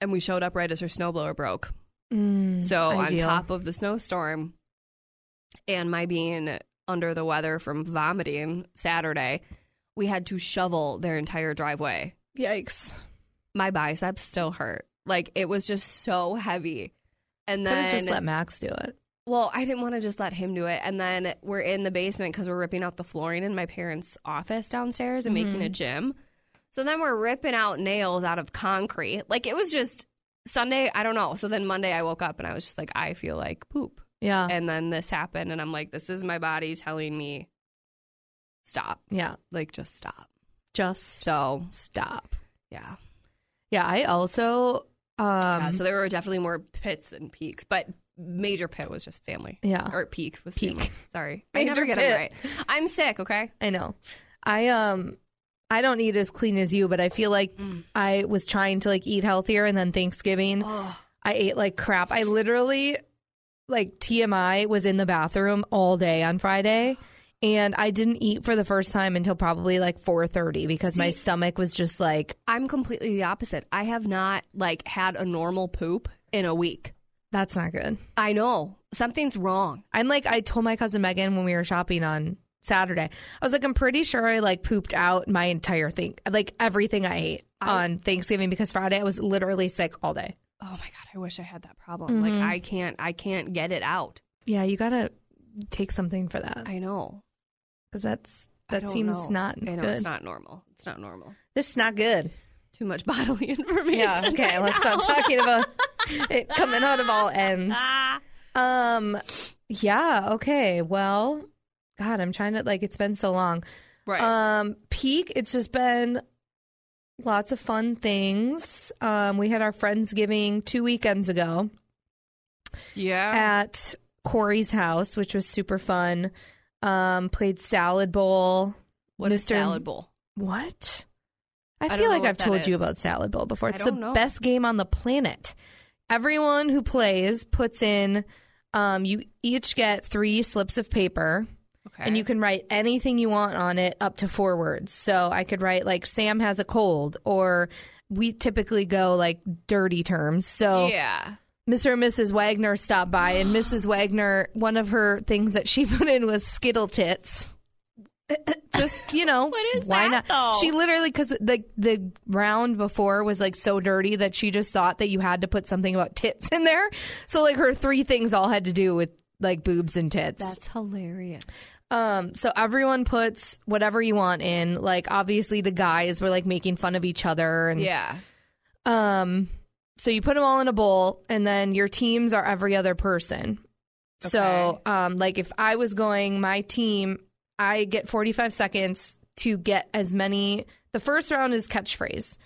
[SPEAKER 4] and we showed up right as her snowblower broke.
[SPEAKER 3] Mm,
[SPEAKER 4] So
[SPEAKER 3] ideal.
[SPEAKER 4] on top of the snowstorm and my being under the weather from vomiting Saturday, we had to shovel their entire driveway
[SPEAKER 3] yikes!
[SPEAKER 4] my biceps still hurt. Like it was just so heavy. And
[SPEAKER 3] Could
[SPEAKER 4] then,
[SPEAKER 3] have just let Max do it.
[SPEAKER 4] well, I didn't want to just let him do it. And then we're in the basement because we're ripping out the flooring in my parents' office downstairs and making a gym. So then we're ripping out nails out of concrete. Like it was just Sunday. I don't know. So then Monday, I woke up and I was just like, I feel like poop.
[SPEAKER 3] Yeah,
[SPEAKER 4] And then this happened, and I'm like, this is my body telling me, stop.
[SPEAKER 3] yeah.
[SPEAKER 4] Like just stop.
[SPEAKER 3] Just
[SPEAKER 4] So
[SPEAKER 3] stop.
[SPEAKER 4] yeah.
[SPEAKER 3] Yeah, I also. Um,
[SPEAKER 4] Yeah, so there were definitely more pits than peaks, but major pit was just family.
[SPEAKER 3] Yeah.
[SPEAKER 4] Or peak was
[SPEAKER 3] Peak.
[SPEAKER 4] family. Sorry. I
[SPEAKER 3] Major
[SPEAKER 4] never get
[SPEAKER 3] pit.
[SPEAKER 4] it right. I'm sick, okay?
[SPEAKER 3] I know. I um I don't eat as clean as you, but I feel like I was trying to like eat healthier and then Thanksgiving I ate like crap. I literally like TMI was in the bathroom all day on Friday and I didn't eat for the first time until probably like 4:30 because my stomach was just like
[SPEAKER 4] I'm completely the opposite. I have not like had a normal poop in a week.
[SPEAKER 3] that's not good.
[SPEAKER 4] I know. Something's wrong.
[SPEAKER 3] I'm like, I told my cousin Megan when we were shopping on Saturday, I was like, I'm pretty sure I like pooped out my entire thing, like everything I ate on Thanksgiving because Friday I was literally sick all day.
[SPEAKER 4] Oh my god, I wish I had that problem.
[SPEAKER 3] Mm-hmm.
[SPEAKER 4] Like I can't I can't get it out.
[SPEAKER 3] Yeah, you gotta take something for that
[SPEAKER 4] I know.
[SPEAKER 3] because that's
[SPEAKER 4] I
[SPEAKER 3] that
[SPEAKER 4] don't
[SPEAKER 3] seems
[SPEAKER 4] know.
[SPEAKER 3] not
[SPEAKER 4] I know
[SPEAKER 3] good.
[SPEAKER 4] it's not normal. It's not normal.
[SPEAKER 3] This is not good.
[SPEAKER 4] Too much bodily information.
[SPEAKER 3] Yeah. Okay.
[SPEAKER 4] right
[SPEAKER 3] Let's uh, stop
[SPEAKER 4] now.
[SPEAKER 3] talking about it coming out of all ends. Um. Yeah. Okay. Well. God, I'm trying to like. It's been so long.
[SPEAKER 4] Right.
[SPEAKER 3] Um, peak, it's just been lots of fun things. Um, we had our Friendsgiving two weekends ago
[SPEAKER 4] yeah.
[SPEAKER 3] at Corey's house, which was super fun. Um, played salad bowl.
[SPEAKER 4] What is
[SPEAKER 3] Mr.
[SPEAKER 4] salad bowl?
[SPEAKER 3] What?
[SPEAKER 4] I
[SPEAKER 3] I
[SPEAKER 4] don't
[SPEAKER 3] feel
[SPEAKER 4] know
[SPEAKER 3] like
[SPEAKER 4] what
[SPEAKER 3] I've
[SPEAKER 4] that
[SPEAKER 3] told you
[SPEAKER 4] is.
[SPEAKER 3] about salad bowl before.
[SPEAKER 4] I
[SPEAKER 3] It's the
[SPEAKER 4] don't know.
[SPEAKER 3] best game on the planet. Everyone who plays puts in. Um, you each get three slips of paper.
[SPEAKER 4] Okay.
[SPEAKER 3] And you can write anything you want on it up to four words. So I could write like Sam has a cold or we typically go like dirty terms. So
[SPEAKER 4] Yeah.
[SPEAKER 3] Mr. and Mrs. Wagner stopped by and Mrs. Wagner, one of her things that she put in was Skittle tits. Just you know,
[SPEAKER 4] What is
[SPEAKER 3] why not?
[SPEAKER 4] that, though?
[SPEAKER 3] She literally because the the round before was like so dirty that she just thought that you had to put something about tits in there. So like her three things all had to do with like boobs and tits.
[SPEAKER 4] hilarious.
[SPEAKER 3] Um, so everyone puts whatever you want in. Like obviously the guys were like making fun of each other and
[SPEAKER 4] Yeah.
[SPEAKER 3] um so you put them all in a bowl and then your teams are every other person. So um like if I was going my team, I get 45 seconds to get as many the first round is catchphrase.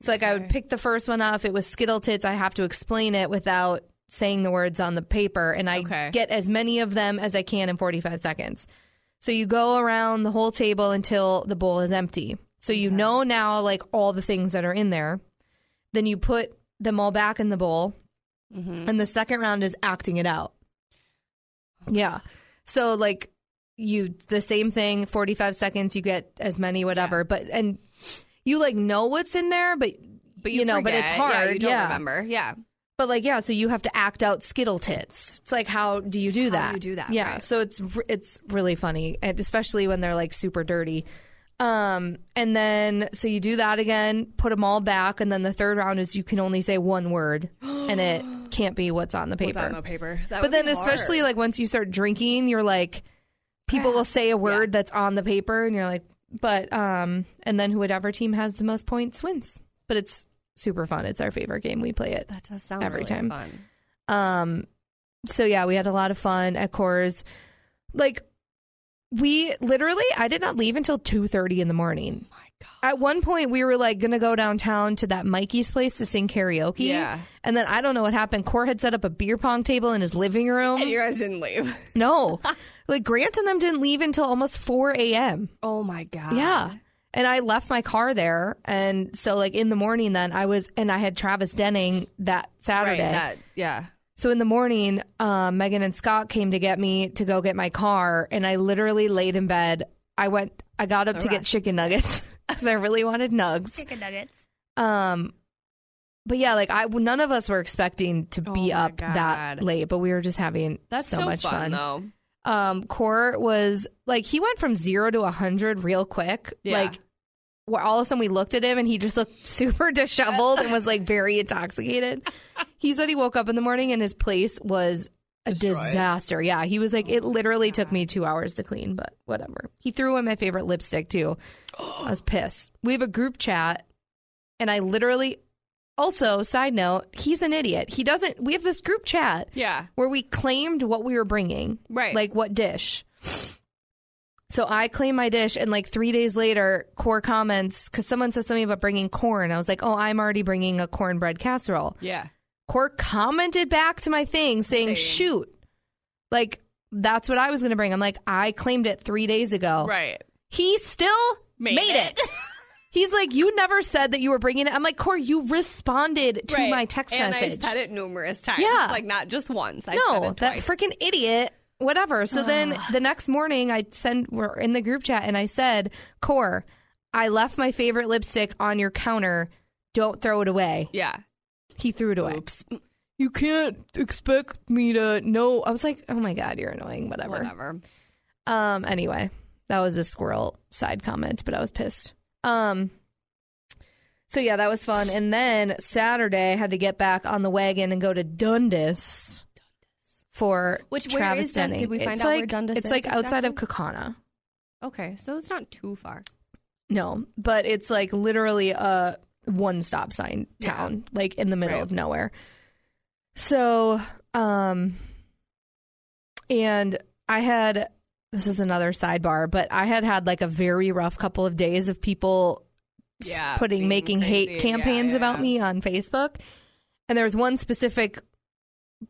[SPEAKER 3] So like I would pick the first one up. It was Skittle Tits. I have to explain it without saying the words on the paper, and I
[SPEAKER 4] Okay.
[SPEAKER 3] get as many of them as I can in 45 seconds. So you go around the whole table until the bowl is empty. So you know now like all the things that are in there. Then you put them all back in the bowl, and the second round is acting it out. Yeah. So like you the same thing 45 seconds you get as many whatever but and you like know what's in there but
[SPEAKER 4] But
[SPEAKER 3] you, know but it's
[SPEAKER 4] forget.
[SPEAKER 3] hard
[SPEAKER 4] Yeah, you don't remember. Yeah.
[SPEAKER 3] but like yeah so you have to act out skittle tits it's like how do you do
[SPEAKER 4] How do
[SPEAKER 3] that
[SPEAKER 4] you do that,
[SPEAKER 3] yeah
[SPEAKER 4] right.
[SPEAKER 3] so it's r- it's really funny and especially when they're like super dirty Um, and then so you do that again, put them all back, and then the third round is you can only say one word, and it can't be what's on the paper.
[SPEAKER 4] on the paper. That
[SPEAKER 3] but
[SPEAKER 4] would be
[SPEAKER 3] then, especially
[SPEAKER 4] hard.
[SPEAKER 3] like once you start drinking, you're like, people will say a word that's on the paper, and you're like, but um, and then whoever team has the most points wins. But it's super fun. It's our favorite game. We play it.
[SPEAKER 4] that does sound
[SPEAKER 3] every
[SPEAKER 4] really
[SPEAKER 3] time.
[SPEAKER 4] Fun.
[SPEAKER 3] Um, so yeah, we had a lot of fun at Coors. Like, we literally, I did not leave until two thirty in the morning.
[SPEAKER 4] My God.
[SPEAKER 3] At one point, we were like going to go downtown to that Mikey's place to sing karaoke.
[SPEAKER 4] Yeah.
[SPEAKER 3] And then I don't know what happened. Core had set up a beer pong table in his living room.
[SPEAKER 4] And you guys didn't leave.
[SPEAKER 3] no. like Grant and them didn't leave until almost 4 a.m.
[SPEAKER 4] Oh my God.
[SPEAKER 3] Yeah. And I left my car there. And so, like, in the morning, then I was, and I had Travis Denning that
[SPEAKER 4] Right.
[SPEAKER 3] Saturday.
[SPEAKER 4] That. Yeah.
[SPEAKER 3] So in the morning, um, Megan and Scott came to get me to go get my car, and I literally laid in bed. I went, I got up to get chicken nuggets because I really wanted nugs. Chicken nuggets. Um, but yeah, like I, none of us were expecting to be
[SPEAKER 4] Oh my
[SPEAKER 3] up that
[SPEAKER 4] God.
[SPEAKER 3] late, but we were just having
[SPEAKER 4] That's so,
[SPEAKER 3] much fun.
[SPEAKER 4] though.
[SPEAKER 3] Um, Core was like he went from zero to a hundred real quick.
[SPEAKER 4] Yeah.
[SPEAKER 3] Like, where all of a sudden we looked at him and he just looked super disheveled and was like very intoxicated. He said he woke up in the morning and his place was a disaster. Yeah, he was like, it literally took me two hours to clean, but whatever. He threw away my favorite lipstick too. I was pissed. We have a group chat, and I literally. Also, side note, he's an idiot. He doesn't. We have this group chat
[SPEAKER 4] Yeah.
[SPEAKER 3] where we claimed what we were bringing,
[SPEAKER 4] Right.
[SPEAKER 3] Like what dish. So I claim my dish, and like three days later, Core comments because someone says something about bringing corn. I was like, "Oh, I'm already bringing a cornbread casserole."
[SPEAKER 4] Yeah.
[SPEAKER 3] Core commented back to my thing saying,
[SPEAKER 4] Same.
[SPEAKER 3] "Shoot, like that's what I was going to bring." I'm like, "I claimed it three days ago."
[SPEAKER 4] Right.
[SPEAKER 3] He still made,
[SPEAKER 4] Made
[SPEAKER 3] it.
[SPEAKER 4] it.
[SPEAKER 3] He's like, "You never said that you were bringing it." I'm like, "Core, you responded to
[SPEAKER 4] Right.
[SPEAKER 3] my text
[SPEAKER 4] and
[SPEAKER 3] message."
[SPEAKER 4] I said it numerous times.
[SPEAKER 3] Yeah.
[SPEAKER 4] Like not just once. I said
[SPEAKER 3] no,
[SPEAKER 4] it
[SPEAKER 3] that
[SPEAKER 4] twice.
[SPEAKER 3] freaking idiot. Whatever. So then the next morning, I send we're in the group chat, and I said, "Core, I left my favorite lipstick on your counter. Don't throw it away."
[SPEAKER 4] Yeah.
[SPEAKER 3] He threw it away.
[SPEAKER 4] Oops.
[SPEAKER 3] You can't expect me to know. I was like, "Oh my god, you're annoying." Whatever.
[SPEAKER 4] Whatever.
[SPEAKER 3] Um. Anyway, that was a squirrel side comment, but I was pissed. Um. So yeah, that was fun. And then Saturday, I had to get back on the wagon and go to Dundas. For
[SPEAKER 4] Which- where
[SPEAKER 3] Travis
[SPEAKER 4] is Dun-
[SPEAKER 3] Denning.
[SPEAKER 4] did we find
[SPEAKER 3] it's
[SPEAKER 4] out
[SPEAKER 3] like,
[SPEAKER 4] where Dundas
[SPEAKER 3] It's
[SPEAKER 4] is
[SPEAKER 3] like outside of Kakana.
[SPEAKER 4] Okay. So it's not too far.
[SPEAKER 3] No, but it's like literally a one stop sign
[SPEAKER 4] Yeah.
[SPEAKER 3] town, like in the middle
[SPEAKER 4] Right.
[SPEAKER 3] of nowhere. So, um, and I had this is another sidebar, but I had had like a very rough couple of days of people s-
[SPEAKER 4] Yeah,
[SPEAKER 3] putting
[SPEAKER 4] being
[SPEAKER 3] making hate
[SPEAKER 4] crazy. Yeah,
[SPEAKER 3] campaigns
[SPEAKER 4] yeah,
[SPEAKER 3] about
[SPEAKER 4] yeah.
[SPEAKER 3] me on Facebook, and there was one specific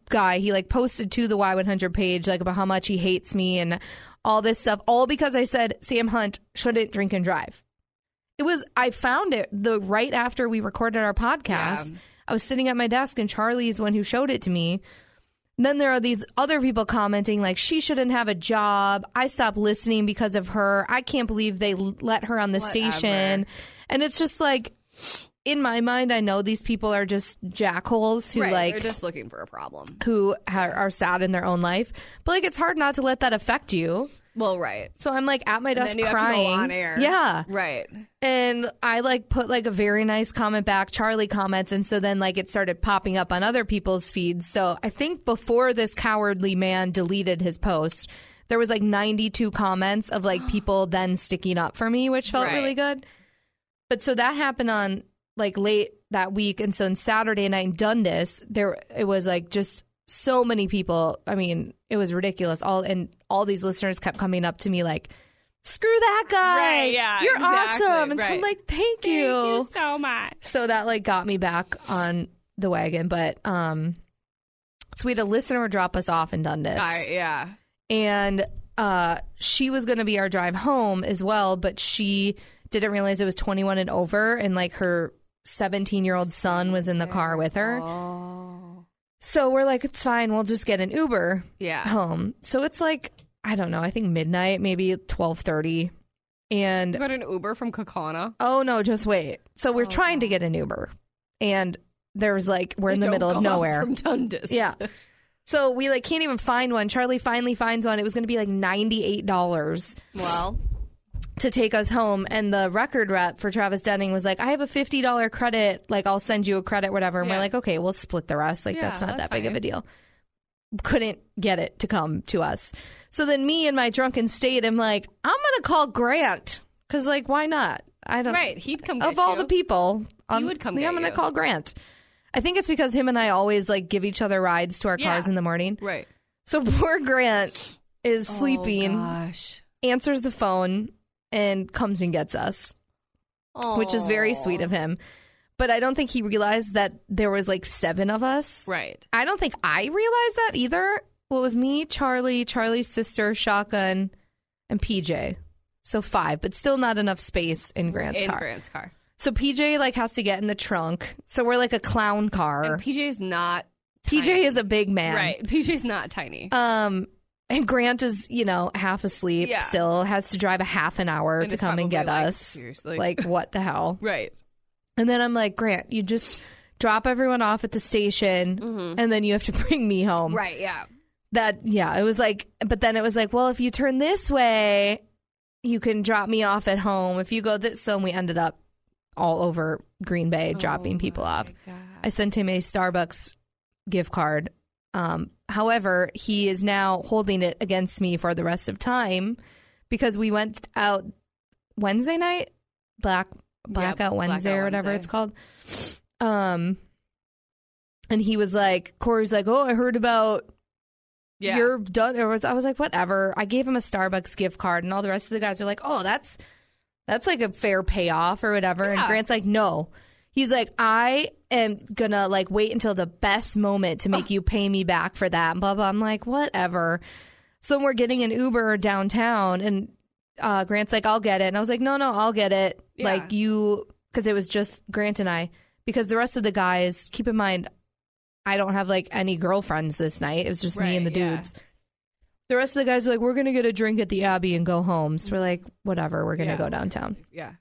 [SPEAKER 3] guy he like posted to the Y100 page like about how much he hates me and all this stuff, all because I said Sam Hunt shouldn't drink and drive. It was I found it the right after we recorded our podcast.
[SPEAKER 4] Yeah.
[SPEAKER 3] I was sitting at my desk and Charlie's the one who showed it to me. Then there are these other people commenting like she shouldn't have a job. I stopped listening because of her. I can't believe they l- let her on the station. And it's just like in my mind I know these people are just jackholes who
[SPEAKER 4] right.
[SPEAKER 3] like
[SPEAKER 4] They're just looking for a problem.
[SPEAKER 3] who ha- are sad in their own life. But like it's hard not to let that affect you.
[SPEAKER 4] Well, right.
[SPEAKER 3] So I'm like at my desk
[SPEAKER 4] then you have to go
[SPEAKER 3] crying.
[SPEAKER 4] on air.
[SPEAKER 3] Yeah.
[SPEAKER 4] Right.
[SPEAKER 3] And I like put like a very nice comment back, Charlie comments, and so then like it started popping up on other people's feeds. So I think before this cowardly man deleted his post, there was like 92 comments of like people then sticking up for me, which felt
[SPEAKER 4] Right.
[SPEAKER 3] really good. But so that happened on like late that week, and so on Saturday night in Dundas, there it was like just so many people. I mean, it was ridiculous. All and all these listeners kept coming up to me like, "Screw that guy!
[SPEAKER 4] Right, yeah,
[SPEAKER 3] you're
[SPEAKER 4] exactly,
[SPEAKER 3] awesome!" And so I'm
[SPEAKER 4] right.
[SPEAKER 3] like, "Thank you."
[SPEAKER 4] so much.
[SPEAKER 3] So that like got me back on the wagon, but um, so we had a listener drop us off in Dundas
[SPEAKER 4] I, yeah.
[SPEAKER 3] and uh, she was going to be our drive home as well, but she didn't realize it was 21 and over, and like her 17 year old son was in the car with her.
[SPEAKER 4] Oh.
[SPEAKER 3] So we're like, it's fine, we'll just get an Uber
[SPEAKER 4] Yeah.
[SPEAKER 3] home. So it's like, I don't know, I think midnight, maybe 12:30, and
[SPEAKER 4] You got an Uber from Kakana.
[SPEAKER 3] Oh no, just wait. So
[SPEAKER 4] Oh,
[SPEAKER 3] we're trying to get an Uber, and there's like we're in the
[SPEAKER 4] Don't
[SPEAKER 3] middle
[SPEAKER 4] go
[SPEAKER 3] of
[SPEAKER 4] up
[SPEAKER 3] nowhere.
[SPEAKER 4] From Dundas.
[SPEAKER 3] Yeah. So we like can't even find one. Charlie finally finds one. It was going to be like ninety eight dollars
[SPEAKER 4] Well,
[SPEAKER 3] to take us home and the record rep for Travis Dunning was like, I have a fifty dollar credit, like I'll send you a credit, whatever. And
[SPEAKER 4] Yeah.
[SPEAKER 3] we're like, Okay, we'll split the rest. Like that's
[SPEAKER 4] Yeah,
[SPEAKER 3] not
[SPEAKER 4] that's
[SPEAKER 3] that big of
[SPEAKER 4] fine.
[SPEAKER 3] a deal. Couldn't get it to come to us. So then me in my drunken state, I'm like, I'm gonna call Grant. Cause like why not? I don't
[SPEAKER 4] Right. He'd come
[SPEAKER 3] of
[SPEAKER 4] get
[SPEAKER 3] all
[SPEAKER 4] you.
[SPEAKER 3] the people, um,
[SPEAKER 4] would come
[SPEAKER 3] yeah,
[SPEAKER 4] get
[SPEAKER 3] I'm gonna
[SPEAKER 4] you.
[SPEAKER 3] call Grant. I think it's because him and I always like give each other rides to our
[SPEAKER 4] Yeah.
[SPEAKER 3] cars in the morning.
[SPEAKER 4] Right.
[SPEAKER 3] So poor Grant is
[SPEAKER 4] Oh,
[SPEAKER 3] sleeping,
[SPEAKER 4] gosh.
[SPEAKER 3] answers the phone, and comes and gets us, which
[SPEAKER 4] Oh,
[SPEAKER 3] is very sweet of him. But I don't think he realized that there was like seven of us.
[SPEAKER 4] Right.
[SPEAKER 3] I don't think I realized that either. Well, it was me, Charlie, Charlie's sister, Shotgun, and PJ. So five, but still not enough space in Grant's
[SPEAKER 4] in
[SPEAKER 3] car.
[SPEAKER 4] Grant's car.
[SPEAKER 3] So PJ like has to get in the trunk. So we're like a clown car.
[SPEAKER 4] And PJ's not
[SPEAKER 3] PJ is a big man.
[SPEAKER 4] right. PJ's not tiny.
[SPEAKER 3] Um and Grant is, you know, half asleep
[SPEAKER 4] Yeah.
[SPEAKER 3] still, has to drive a half an hour
[SPEAKER 4] And
[SPEAKER 3] to
[SPEAKER 4] is
[SPEAKER 3] come and
[SPEAKER 4] probably
[SPEAKER 3] get
[SPEAKER 4] like,
[SPEAKER 3] us.
[SPEAKER 4] seriously.
[SPEAKER 3] Like what the hell?
[SPEAKER 4] right.
[SPEAKER 3] And then I'm like, Grant, you just drop everyone off at the station and then you have to bring me home.
[SPEAKER 4] Mm-hmm. Right. Yeah.
[SPEAKER 3] That yeah, it was like but then it was like, well, if you turn this way, you can drop me off at home. If you go this so and we ended up all over Green Bay
[SPEAKER 4] Oh
[SPEAKER 3] dropping people off. I sent him a Starbucks gift card. Um, however, he is now holding it against me for the rest of time because we went out Wednesday night, black blackout Wednesday or
[SPEAKER 4] Blackout
[SPEAKER 3] whatever
[SPEAKER 4] Wednesday.
[SPEAKER 3] it's called. Um, and he was like, Corey's like, oh, I heard about
[SPEAKER 4] Yeah.
[SPEAKER 3] you're done. Or was, I was like, whatever. I gave him a Starbucks gift card, and all the rest of the guys are like, oh, that's that's like a fair payoff or whatever. And
[SPEAKER 4] Yeah.
[SPEAKER 3] Grant's like, no. He's like, I am gonna like wait until the best moment to
[SPEAKER 4] Oh.
[SPEAKER 3] make you pay me back for that. And blah blah. I'm like, whatever. So we're getting an Uber downtown, and uh, Grant's like, I'll get it. And I was like, no, no, I'll get it.
[SPEAKER 4] Yeah.
[SPEAKER 3] Like you, because it was just Grant and I. Because the rest of the guys, keep in mind, I don't have like any girlfriends this night. It was just me and the
[SPEAKER 4] Right, yeah.
[SPEAKER 3] dudes. The rest of the guys were like, we're gonna get a drink at the Abbey and go home. So we're like, whatever, we're gonna
[SPEAKER 4] Yeah.
[SPEAKER 3] go downtown.
[SPEAKER 4] yeah.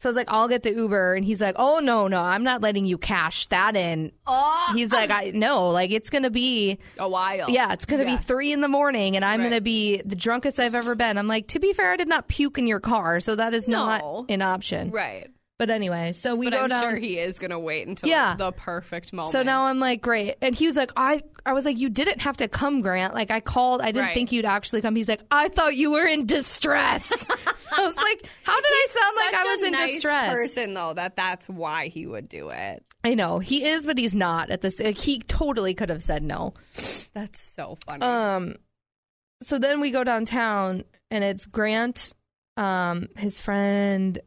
[SPEAKER 3] So I was like, I'll get the Uber, and he's like, Oh no, no, I'm not letting you cash that in.
[SPEAKER 4] Oh,
[SPEAKER 3] He's like, I no, like it's gonna be
[SPEAKER 4] a while.
[SPEAKER 3] yeah, it's gonna
[SPEAKER 4] Oh, Yeah.
[SPEAKER 3] be three in the morning, and I'm
[SPEAKER 4] Right.
[SPEAKER 3] gonna be the drunkest I've ever been. I'm like, to be fair, I did not puke in your car, so that is
[SPEAKER 4] No.
[SPEAKER 3] not an option.
[SPEAKER 4] Right.
[SPEAKER 3] But anyway, so we
[SPEAKER 4] But
[SPEAKER 3] go
[SPEAKER 4] I'm
[SPEAKER 3] down.
[SPEAKER 4] sure he is going to wait until
[SPEAKER 3] Yeah.
[SPEAKER 4] the perfect moment.
[SPEAKER 3] so now I'm like, great. And he was like, I, I was like, you didn't have to come, Grant. Like I called, I didn't
[SPEAKER 4] Right.
[SPEAKER 3] think you'd actually come. He's like, I thought you were in distress. I was like, how did I sound like
[SPEAKER 4] Such
[SPEAKER 3] I was
[SPEAKER 4] a
[SPEAKER 3] in
[SPEAKER 4] nice
[SPEAKER 3] distress?
[SPEAKER 4] person though that that's why he would do it.
[SPEAKER 3] I know he is, but he's not at this. Like, he totally could have said no.
[SPEAKER 4] That's so funny.
[SPEAKER 3] Um, so then we go downtown, and it's Grant, um, his friend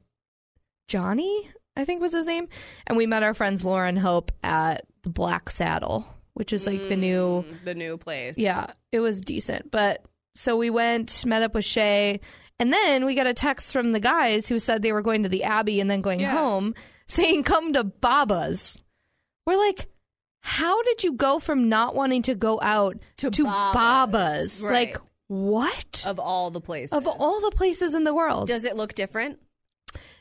[SPEAKER 3] Johnny, I think was his name, and we met our friends Laura and Hope at the Black Saddle, which is like the new.
[SPEAKER 4] Mm, the new place.
[SPEAKER 3] Yeah, it was decent, but so we went, met up with Shay, and then we got a text from the guys who said they were going to the Abbey and then going
[SPEAKER 4] Yeah.
[SPEAKER 3] home, saying come to Baba's. We're like. How did you go from not wanting to go out
[SPEAKER 4] To
[SPEAKER 3] to
[SPEAKER 4] Baba's,
[SPEAKER 3] Baba's?
[SPEAKER 4] right.
[SPEAKER 3] Like what?
[SPEAKER 4] Of all the places.
[SPEAKER 3] Of all the places in the world.
[SPEAKER 4] Does it look different?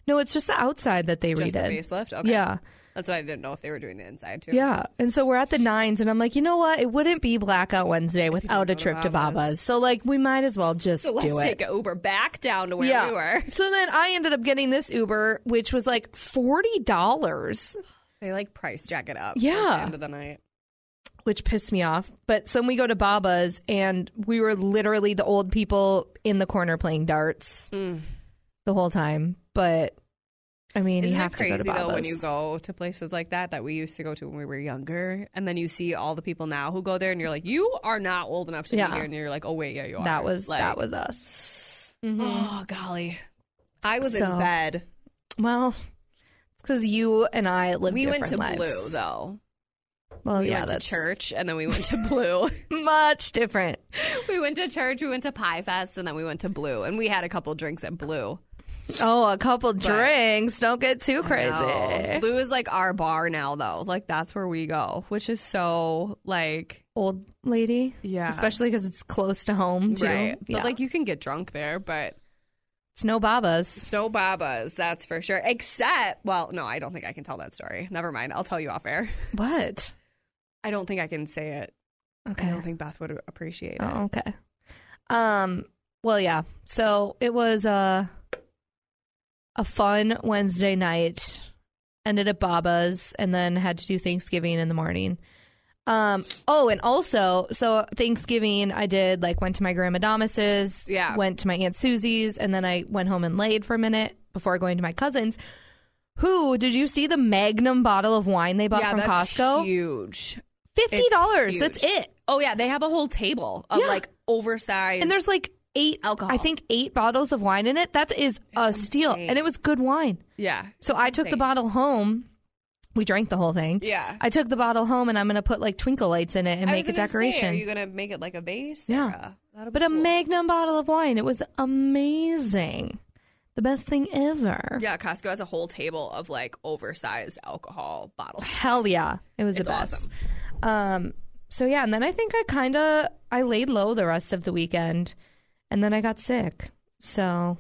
[SPEAKER 3] no, it's just the outside that they
[SPEAKER 4] Just the
[SPEAKER 3] redid.
[SPEAKER 4] facelift? Okay.
[SPEAKER 3] Yeah.
[SPEAKER 4] That's why I didn't know if they were doing the inside too.
[SPEAKER 3] Yeah. And so we're at the nines, and I'm like, you know what? It wouldn't be Blackout Wednesday without a
[SPEAKER 4] go to
[SPEAKER 3] trip to
[SPEAKER 4] Baba's.
[SPEAKER 3] Baba's. So, like, we might as well just
[SPEAKER 4] So let's
[SPEAKER 3] do it.
[SPEAKER 4] take an Uber back down to where we were.
[SPEAKER 3] So then I ended up getting this Uber, which was like $40,
[SPEAKER 4] They like price jack it up. at
[SPEAKER 3] Yeah.
[SPEAKER 4] the end of the night.
[SPEAKER 3] which pissed me off. But so we go to Baba's, and we were literally the old people in the corner playing darts
[SPEAKER 4] Mm.
[SPEAKER 3] the whole time. But I mean,
[SPEAKER 4] Isn't
[SPEAKER 3] you have
[SPEAKER 4] it
[SPEAKER 3] to
[SPEAKER 4] crazy
[SPEAKER 3] go to Baba's.
[SPEAKER 4] though when you go to places like that that we used to go to when we were younger, and then you see all the people now who go there, and you're like, you are not old enough to
[SPEAKER 3] Yeah.
[SPEAKER 4] be here, and you're like, oh wait, yeah, you are.
[SPEAKER 3] that was
[SPEAKER 4] Like,
[SPEAKER 3] that was us. Mhm.
[SPEAKER 4] Oh golly, I was
[SPEAKER 3] So,
[SPEAKER 4] in bed.
[SPEAKER 3] Well, because you and I live
[SPEAKER 4] We went
[SPEAKER 3] different
[SPEAKER 4] to Blue
[SPEAKER 3] lives.
[SPEAKER 4] though.
[SPEAKER 3] Well,
[SPEAKER 4] We
[SPEAKER 3] yeah,
[SPEAKER 4] went to
[SPEAKER 3] that's
[SPEAKER 4] church, and then we went to Blue.
[SPEAKER 3] much different.
[SPEAKER 4] we went to church. We went to Pie Fest, and then we went to Blue, and we had a couple drinks at Blue.
[SPEAKER 3] Oh, a couple drinks. Don't get too
[SPEAKER 4] No.
[SPEAKER 3] crazy.
[SPEAKER 4] Blue is like our bar now, though. Like that's where we go, which is so like
[SPEAKER 3] Old lady.
[SPEAKER 4] Yeah.
[SPEAKER 3] Especially because it's close to home too.
[SPEAKER 4] right.
[SPEAKER 3] Yeah.
[SPEAKER 4] But like you can get drunk there, but
[SPEAKER 3] it's no babas.
[SPEAKER 4] so babas, that's for sure. Except, well, no, I don't think I can tell that story. Never mind. I'll tell you off air.
[SPEAKER 3] What?
[SPEAKER 4] I don't think I can say it. I
[SPEAKER 3] Okay.
[SPEAKER 4] don't think Beth would appreciate it.
[SPEAKER 3] Oh, okay. Um. Well, yeah. So it was. Uh. a fun Wednesday night. Ended at Baba's and then had to do Thanksgiving in the morning. Um, oh, and also, so Thanksgiving, I did like went to my grandma Damas's,
[SPEAKER 4] Yeah.
[SPEAKER 3] went to my aunt Susie's, and then I went home and laid for a minute before going to my cousin's. Who did you see the Magnum bottle of wine they bought
[SPEAKER 4] yeah,
[SPEAKER 3] from
[SPEAKER 4] that's
[SPEAKER 3] Costco?
[SPEAKER 4] huge.
[SPEAKER 3] Fifty dollars. That's
[SPEAKER 4] huge.
[SPEAKER 3] it.
[SPEAKER 4] Oh yeah, they have a whole table of
[SPEAKER 3] Yeah.
[SPEAKER 4] like oversized.
[SPEAKER 3] And there's like eight
[SPEAKER 4] Alcohol.
[SPEAKER 3] I think eight bottles of wine in it. That is a steal,
[SPEAKER 4] insane.
[SPEAKER 3] and it was good wine.
[SPEAKER 4] yeah,
[SPEAKER 3] So I took the
[SPEAKER 4] insane.
[SPEAKER 3] bottle home. We drank the whole thing.
[SPEAKER 4] Yeah.
[SPEAKER 3] I took the bottle home, and I'm gonna put like twinkle lights in it and
[SPEAKER 4] I
[SPEAKER 3] make a
[SPEAKER 4] was gonna say,
[SPEAKER 3] decoration.
[SPEAKER 4] are you gonna make it like a vase?
[SPEAKER 3] Yeah.
[SPEAKER 4] Sarah? That'll be
[SPEAKER 3] But a
[SPEAKER 4] cool.
[SPEAKER 3] magnum bottle of wine. It was amazing. The best thing ever.
[SPEAKER 4] Yeah, Costco has a whole table of like oversized alcohol bottles.
[SPEAKER 3] Hell yeah. It was
[SPEAKER 4] It's
[SPEAKER 3] the best. Um so yeah, and then I think I kind of I laid low the rest of the weekend and then I got sick. So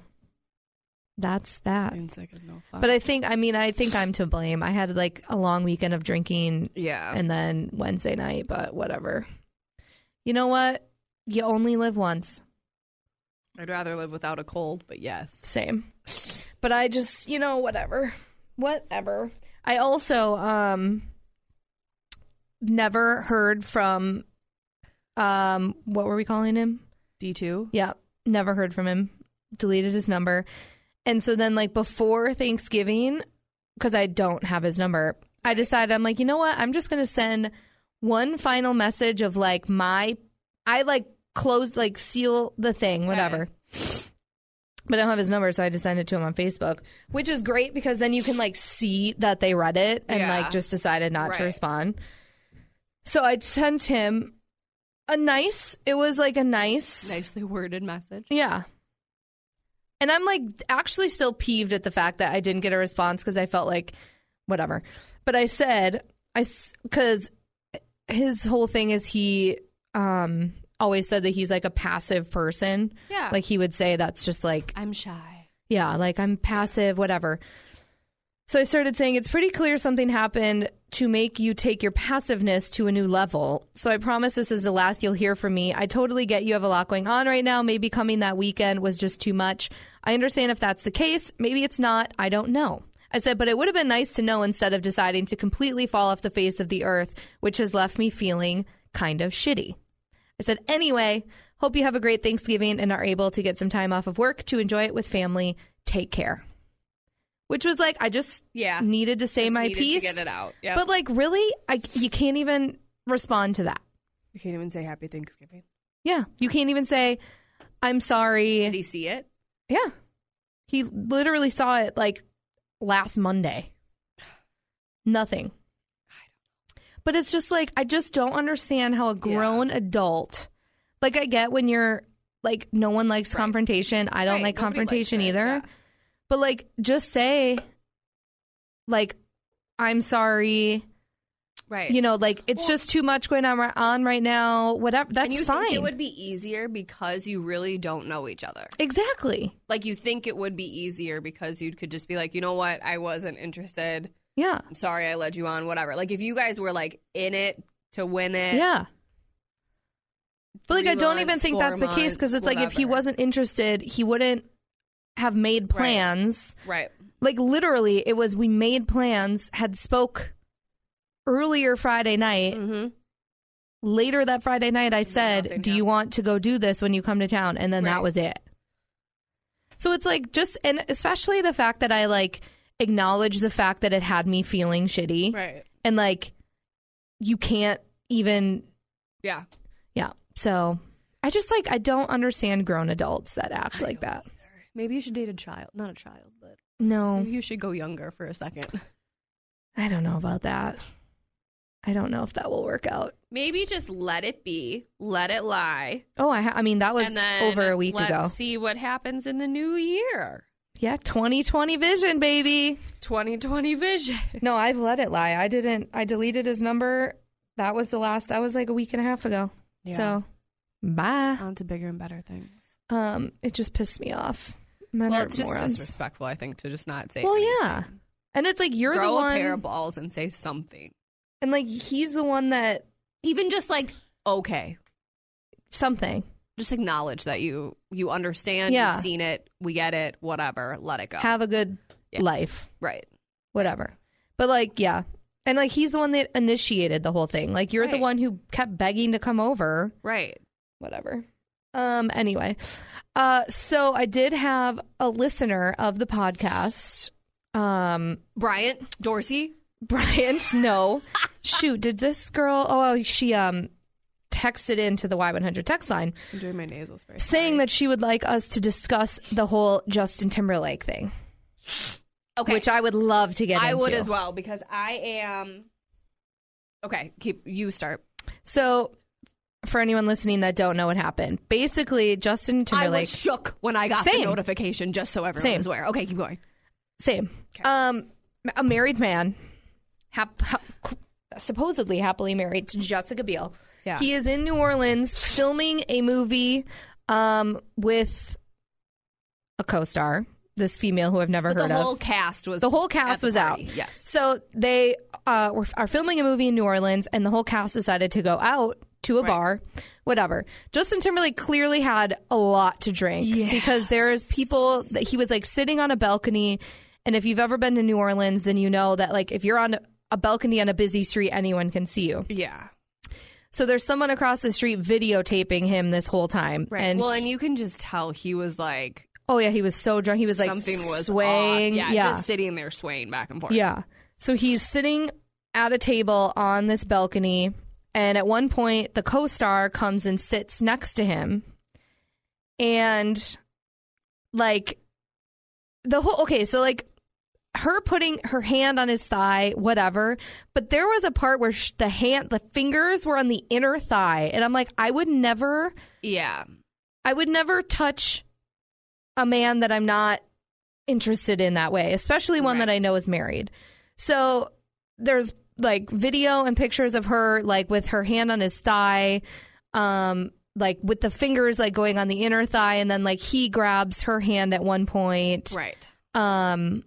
[SPEAKER 3] that's that.
[SPEAKER 4] Being sick is no fun.
[SPEAKER 3] But I think I mean I think I'm to blame. I had like a long weekend of drinking
[SPEAKER 4] yeah,
[SPEAKER 3] and then Wednesday night, but whatever. You know what? You only live once.
[SPEAKER 4] I'd rather live without a cold. But yes,
[SPEAKER 3] Same. But I just, you know, whatever. Whatever. I also um never heard from um what were we calling him?
[SPEAKER 4] D two.
[SPEAKER 3] Yeah, never heard from him. Deleted his number. And so then like before Thanksgiving cuz I don't have his number, I decided I'm like, you know what? I'm just going to send one final message of like my I like close like seal the thing, whatever. But I don't have his number, so I just sent it to him on Facebook, which is great because then you can like see that they read it and
[SPEAKER 4] Yeah.
[SPEAKER 3] like just decided not
[SPEAKER 4] Right.
[SPEAKER 3] to respond. So I sent him a nice. It was like a nice,
[SPEAKER 4] Nicely worded message.
[SPEAKER 3] yeah. And I'm like actually still peeved at the fact that I didn't get a response because I felt like whatever. But I said I because his whole thing is he um always said that he's like a passive person.
[SPEAKER 4] Yeah.
[SPEAKER 3] Like he would say that's just like
[SPEAKER 4] I'm shy.
[SPEAKER 3] yeah, like I'm passive, whatever. So I started saying it's pretty clear something happened to make you take your passiveness to a new level. So I promise this is the last you'll hear from me. I totally get you have a lot going on right now. Maybe coming that weekend was just too much. I understand if that's the case. Maybe it's not. I don't know. I said, but it would have been nice to know instead of deciding to completely fall off the face of the earth, which has left me feeling kind of shitty. I said, anyway, hope you have a great Thanksgiving and are able to get some time off of work to enjoy it with family. Take care. Which was like, I just
[SPEAKER 4] Yeah.
[SPEAKER 3] needed to say
[SPEAKER 4] Just
[SPEAKER 3] my
[SPEAKER 4] needed to
[SPEAKER 3] piece.
[SPEAKER 4] get it out. Yep.
[SPEAKER 3] But like, really, I, you can't even respond to that.
[SPEAKER 4] You can't even say Happy Thanksgiving.
[SPEAKER 3] Yeah. You can't even say, I'm sorry.
[SPEAKER 4] Did he see it?
[SPEAKER 3] Yeah. He literally saw it like last Monday. Nothing. But it's just like I just don't understand how a grown adult like I get when you're like no one likes confrontation. I don't like
[SPEAKER 4] Right, nobody likes
[SPEAKER 3] confrontation
[SPEAKER 4] it,
[SPEAKER 3] either.
[SPEAKER 4] yeah.
[SPEAKER 3] But like just say like I'm sorry.
[SPEAKER 4] Right.
[SPEAKER 3] You know, like it's
[SPEAKER 4] Well-
[SPEAKER 3] just too much going on ri- on right now. Whatever. That's
[SPEAKER 4] and you
[SPEAKER 3] fine.
[SPEAKER 4] think it would be easier because you really don't know each other.
[SPEAKER 3] exactly.
[SPEAKER 4] Like you think it would be easier because you could just be like, you know what, I wasn't interested.
[SPEAKER 3] Yeah.
[SPEAKER 4] I'm sorry I led you on, whatever. Like if you guys were like in it to win it.
[SPEAKER 3] Yeah. But like,
[SPEAKER 4] three
[SPEAKER 3] I don't even
[SPEAKER 4] months,
[SPEAKER 3] think
[SPEAKER 4] four
[SPEAKER 3] that's the case because it's
[SPEAKER 4] months,
[SPEAKER 3] like if he
[SPEAKER 4] whatever.
[SPEAKER 3] wasn't interested, he wouldn't have made plans.
[SPEAKER 4] Right.
[SPEAKER 3] Like literally, it was we made plans, had spoke earlier Friday night.
[SPEAKER 4] Mm-hmm.
[SPEAKER 3] Later that Friday night, I said,
[SPEAKER 4] Nothing
[SPEAKER 3] "Do you
[SPEAKER 4] happened.
[SPEAKER 3] want to go do this when you come to town?" And then
[SPEAKER 4] Right.
[SPEAKER 3] that was it. So it's like just and especially the fact that I like acknowledge the fact that it had me feeling shitty
[SPEAKER 4] Right.
[SPEAKER 3] and like you can't even
[SPEAKER 4] Yeah.
[SPEAKER 3] yeah. So I just like I don't understand grown adults that act like that.
[SPEAKER 4] Maybe you should date a child. Not a child, but
[SPEAKER 3] No,
[SPEAKER 4] maybe you should go younger for a second.
[SPEAKER 3] I don't know about that. I don't know if that will work out.
[SPEAKER 4] Maybe just let it be. Let it lie.
[SPEAKER 3] Oh, I, ha- I mean that was
[SPEAKER 4] and then
[SPEAKER 3] over a week
[SPEAKER 4] let's
[SPEAKER 3] ago.
[SPEAKER 4] see what happens in the new year.
[SPEAKER 3] Yeah, 2020 vision, baby.
[SPEAKER 4] 2020 vision.
[SPEAKER 3] No, I've let it lie. I didn't. I deleted his number. That was the last. That was like a week and a half ago. So, bye.
[SPEAKER 4] on to bigger and better things.
[SPEAKER 3] Um, it just pissed me off. Men
[SPEAKER 4] well,
[SPEAKER 3] are
[SPEAKER 4] it's just
[SPEAKER 3] morons.
[SPEAKER 4] disrespectful, I think, to just not say.
[SPEAKER 3] Well,
[SPEAKER 4] anything.
[SPEAKER 3] yeah, and it's like you're
[SPEAKER 4] Throw
[SPEAKER 3] the
[SPEAKER 4] a pair
[SPEAKER 3] one,
[SPEAKER 4] of balls and say something.
[SPEAKER 3] and like he's the one that
[SPEAKER 4] Even just like okay,
[SPEAKER 3] something.
[SPEAKER 4] just acknowledge that you you understand,
[SPEAKER 3] Yeah.
[SPEAKER 4] you've seen it, we get it, whatever. Let it go.
[SPEAKER 3] Have a good
[SPEAKER 4] Yeah.
[SPEAKER 3] life.
[SPEAKER 4] right.
[SPEAKER 3] whatever. But like, yeah. And like he's the one that initiated the whole thing. Like you're the
[SPEAKER 4] Right.
[SPEAKER 3] one who kept begging to come over.
[SPEAKER 4] Right.
[SPEAKER 3] Whatever. Um anyway. Uh so I did have a listener of the podcast. Um
[SPEAKER 4] Bryant, Dorsey,
[SPEAKER 3] Bryant, no. Shoot, did this girl oh she um texted into the Y one hundred text line
[SPEAKER 4] enjoy my nasal spray.
[SPEAKER 3] saying that she would like us to discuss the whole Justin Timberlake thing.
[SPEAKER 4] Okay.
[SPEAKER 3] Which I would love to get
[SPEAKER 4] I
[SPEAKER 3] into.
[SPEAKER 4] would as well because I am Okay, keep you start.
[SPEAKER 3] So, for anyone listening that don't know what happened, basically Justin
[SPEAKER 4] I
[SPEAKER 3] Timberlake,
[SPEAKER 4] was shook when I got
[SPEAKER 3] Same.
[SPEAKER 4] the notification just so everyone
[SPEAKER 3] Same.
[SPEAKER 4] is aware. Okay, keep going.
[SPEAKER 3] same, um, a married man, hap, ha- supposedly happily married to Jessica Biel.
[SPEAKER 4] Yeah.
[SPEAKER 3] He is in New Orleans filming a movie um, with a co-star, this female who I've never
[SPEAKER 4] the
[SPEAKER 3] heard of.
[SPEAKER 4] whole cast was
[SPEAKER 3] The whole cast
[SPEAKER 4] at the
[SPEAKER 3] was out.
[SPEAKER 4] party. Yes.
[SPEAKER 3] So they uh, were, are filming a movie in New Orleans, and the whole cast decided to go out to a bar, whatever. Justin Timberlake clearly had a lot to drink because there is people that he was like sitting on a balcony, and if you've ever been to New Orleans, then you know that like if you're on a balcony on a busy street, anyone can see you.
[SPEAKER 4] Yeah.
[SPEAKER 3] So there's someone across the street videotaping him this whole time,
[SPEAKER 4] Right.
[SPEAKER 3] and
[SPEAKER 4] well, and you can just tell he was like
[SPEAKER 3] oh yeah, he was so drunk, he was like
[SPEAKER 4] something was
[SPEAKER 3] swaying,
[SPEAKER 4] off. Yeah, just sitting there swaying back and forth.
[SPEAKER 3] Yeah. So he's sitting at a table on this balcony, and at one point, the co star comes and sits next to him. And, like, the whole, okay, so, like, her putting her hand on his thigh, whatever. But there was a part where sh- the hand, the fingers were on the inner thigh. And I'm like, I would never,
[SPEAKER 4] yeah,
[SPEAKER 3] I would never touch a man that I'm not interested in that way, especially one that
[SPEAKER 4] Right.
[SPEAKER 3] I know is married. So there's like video and pictures of her like with her hand on his thigh, um, like with the fingers like going on the inner thigh, and then like he grabs her hand at one point.
[SPEAKER 4] right.
[SPEAKER 3] Um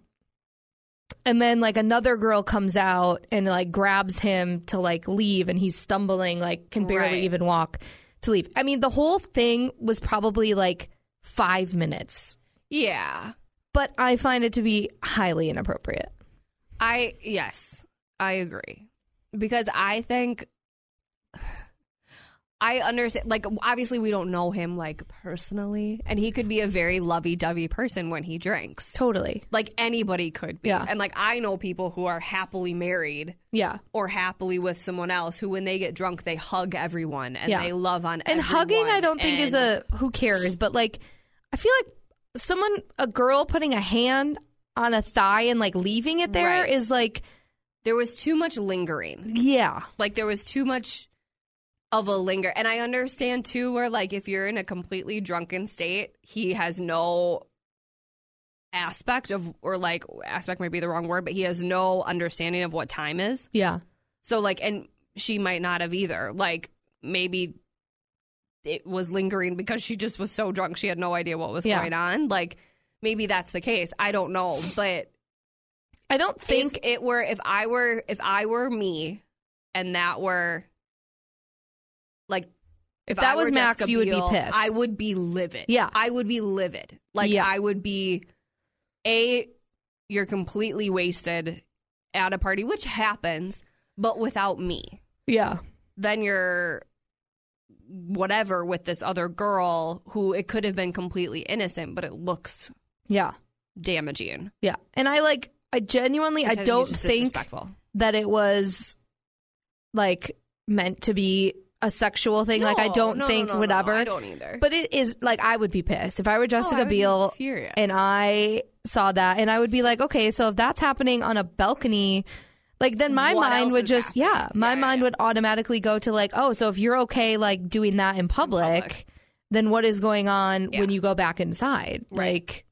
[SPEAKER 3] and then like another girl comes out and like grabs him to like leave and he's stumbling like can barely
[SPEAKER 4] Right.
[SPEAKER 3] even walk to leave. I mean the whole thing was probably like 5 minutes,
[SPEAKER 4] Yeah,
[SPEAKER 3] but I find it to be highly inappropriate.
[SPEAKER 4] I yes, I agree because I think I understand. Like, obviously, we don't know him like personally, and he could be a very lovey-dovey person when he drinks.
[SPEAKER 3] Totally.
[SPEAKER 4] Like anybody could be,
[SPEAKER 3] Yeah.
[SPEAKER 4] and like I know people who are happily married
[SPEAKER 3] Yeah.
[SPEAKER 4] or happily with someone else who, when they get drunk, they hug everyone and
[SPEAKER 3] Yeah.
[SPEAKER 4] they love on
[SPEAKER 3] And hugging I
[SPEAKER 4] everyone,
[SPEAKER 3] don't think is
[SPEAKER 4] and-
[SPEAKER 3] a who cares, but like I feel like someone a girl putting a hand on a thigh and like leaving it there is
[SPEAKER 4] Right.
[SPEAKER 3] like
[SPEAKER 4] There was too much lingering.
[SPEAKER 3] yeah.
[SPEAKER 4] like there was too much of a linger and i understand too where like if you're in a completely drunken state he has no aspect of or like aspect might be the wrong word but he has no understanding of what time is
[SPEAKER 3] Yeah.
[SPEAKER 4] so like and she might not have either like maybe it was lingering because she just was so drunk she had no idea what was
[SPEAKER 3] Yeah.
[SPEAKER 4] going on like maybe that's the case i don't know but
[SPEAKER 3] I don't think
[SPEAKER 4] think it were if I were if I were me and that were like if
[SPEAKER 3] that
[SPEAKER 4] I were
[SPEAKER 3] was Max,
[SPEAKER 4] Jessica
[SPEAKER 3] you would be
[SPEAKER 4] Biel,
[SPEAKER 3] pissed.
[SPEAKER 4] I would be livid.
[SPEAKER 3] Yeah.
[SPEAKER 4] I would be livid. Like
[SPEAKER 3] Yeah.
[SPEAKER 4] I would be a you're completely wasted at a party, which happens, but without me.
[SPEAKER 3] yeah.
[SPEAKER 4] Then you're whatever with this other girl who it could have been completely innocent, but it looks
[SPEAKER 3] Yeah.
[SPEAKER 4] damaging.
[SPEAKER 3] Yeah. And I like I genuinely I
[SPEAKER 4] Because he's
[SPEAKER 3] don't
[SPEAKER 4] just
[SPEAKER 3] think
[SPEAKER 4] disrespectful.
[SPEAKER 3] that it was like meant to be a sexual thing. like I
[SPEAKER 4] No,
[SPEAKER 3] don't
[SPEAKER 4] no, no,
[SPEAKER 3] think
[SPEAKER 4] no, no,
[SPEAKER 3] whatever.
[SPEAKER 4] I don't either.
[SPEAKER 3] But it is like I would be pissed if I were Jessica
[SPEAKER 4] would be
[SPEAKER 3] Biel
[SPEAKER 4] furious.
[SPEAKER 3] and I saw that and I would be like, okay, so if that's happening on a balcony, like then my
[SPEAKER 4] What
[SPEAKER 3] mind
[SPEAKER 4] else
[SPEAKER 3] would
[SPEAKER 4] is
[SPEAKER 3] just
[SPEAKER 4] happening?
[SPEAKER 3] yeah, my
[SPEAKER 4] Yeah, yeah,
[SPEAKER 3] mind
[SPEAKER 4] yeah.
[SPEAKER 3] would automatically go to like, oh, so if you're okay like doing that in public,
[SPEAKER 4] public.
[SPEAKER 3] then what is going on
[SPEAKER 4] Yeah.
[SPEAKER 3] when you go back inside?
[SPEAKER 4] Right.
[SPEAKER 3] Like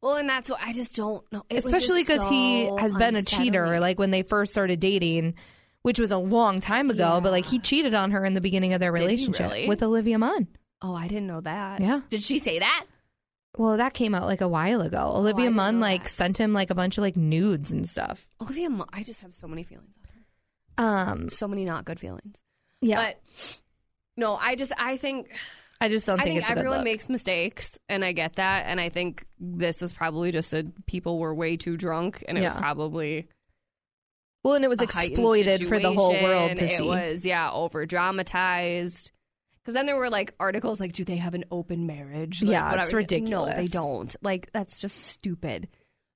[SPEAKER 4] Well, and that's what I just don't know. It was
[SPEAKER 3] especially
[SPEAKER 4] just
[SPEAKER 3] because he
[SPEAKER 4] so
[SPEAKER 3] has been a cheater
[SPEAKER 4] unsettling.
[SPEAKER 3] like when they first started dating which was a long time ago but like he cheated on her in the beginning of their
[SPEAKER 4] Did he
[SPEAKER 3] relationship
[SPEAKER 4] really?
[SPEAKER 3] with olivia munn
[SPEAKER 4] oh, I didn't know that.
[SPEAKER 3] Yeah.
[SPEAKER 4] Did she say that?
[SPEAKER 3] well that came out like a while ago
[SPEAKER 4] Oh, I
[SPEAKER 3] olivia
[SPEAKER 4] didn't
[SPEAKER 3] munn
[SPEAKER 4] know
[SPEAKER 3] like
[SPEAKER 4] that.
[SPEAKER 3] sent him like a bunch of like nudes and stuff
[SPEAKER 4] Olivia, Munn- I just have so many feelings on her.
[SPEAKER 3] um
[SPEAKER 4] So many not good feelings.
[SPEAKER 3] yeah
[SPEAKER 4] But no, I just I think
[SPEAKER 3] I just don't
[SPEAKER 4] I
[SPEAKER 3] think,
[SPEAKER 4] think
[SPEAKER 3] it's a good
[SPEAKER 4] everyone
[SPEAKER 3] look.
[SPEAKER 4] makes mistakes, and I get that. And I think this was probably just a people were way too drunk, and it was
[SPEAKER 3] Yeah.
[SPEAKER 4] probably
[SPEAKER 3] well, and it was
[SPEAKER 4] a heightened
[SPEAKER 3] exploited for the whole world to
[SPEAKER 4] situation.
[SPEAKER 3] see.
[SPEAKER 4] It was yeah, over dramatized. Because then there were like articles like, do they have an open marriage? Like,
[SPEAKER 3] Yeah, it's
[SPEAKER 4] No, they
[SPEAKER 3] ridiculous.
[SPEAKER 4] don't. Like that's just stupid.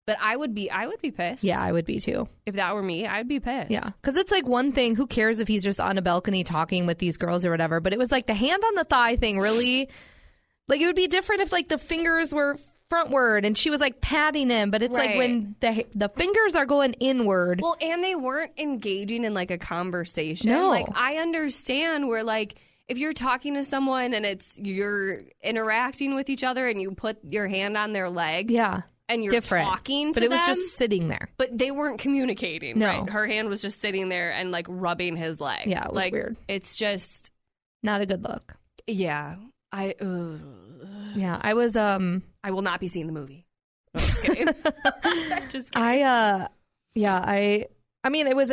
[SPEAKER 4] But I would be, I would be pissed.
[SPEAKER 3] Yeah, I would be too.
[SPEAKER 4] if that were me, I'd be pissed.
[SPEAKER 3] Yeah, because it's like one thing. Who cares if he's just on a balcony talking with these girls or whatever? But it was like the hand on the thigh thing. Really, like it would be different if like the fingers were frontward and she was like patting him. But it's like
[SPEAKER 4] Right.
[SPEAKER 3] when the the fingers are going inward.
[SPEAKER 4] Well, and they weren't engaging in like a conversation.
[SPEAKER 3] No.
[SPEAKER 4] Like I understand where like if you're talking to someone and it's you're interacting with each other and you put your hand on their leg
[SPEAKER 3] yeah,
[SPEAKER 4] and you're
[SPEAKER 3] different.
[SPEAKER 4] talking to
[SPEAKER 3] but it was
[SPEAKER 4] them,
[SPEAKER 3] just sitting there.
[SPEAKER 4] but they weren't communicating.
[SPEAKER 3] No.
[SPEAKER 4] Right? Her hand was just sitting there and like rubbing his leg.
[SPEAKER 3] Yeah, it was
[SPEAKER 4] like,
[SPEAKER 3] weird.
[SPEAKER 4] It's just
[SPEAKER 3] Not a good look.
[SPEAKER 4] yeah. I ugh.
[SPEAKER 3] Yeah, I was um
[SPEAKER 4] I will not be seeing the movie. No, I'm just kidding. just kidding.
[SPEAKER 3] I uh yeah, I I mean it was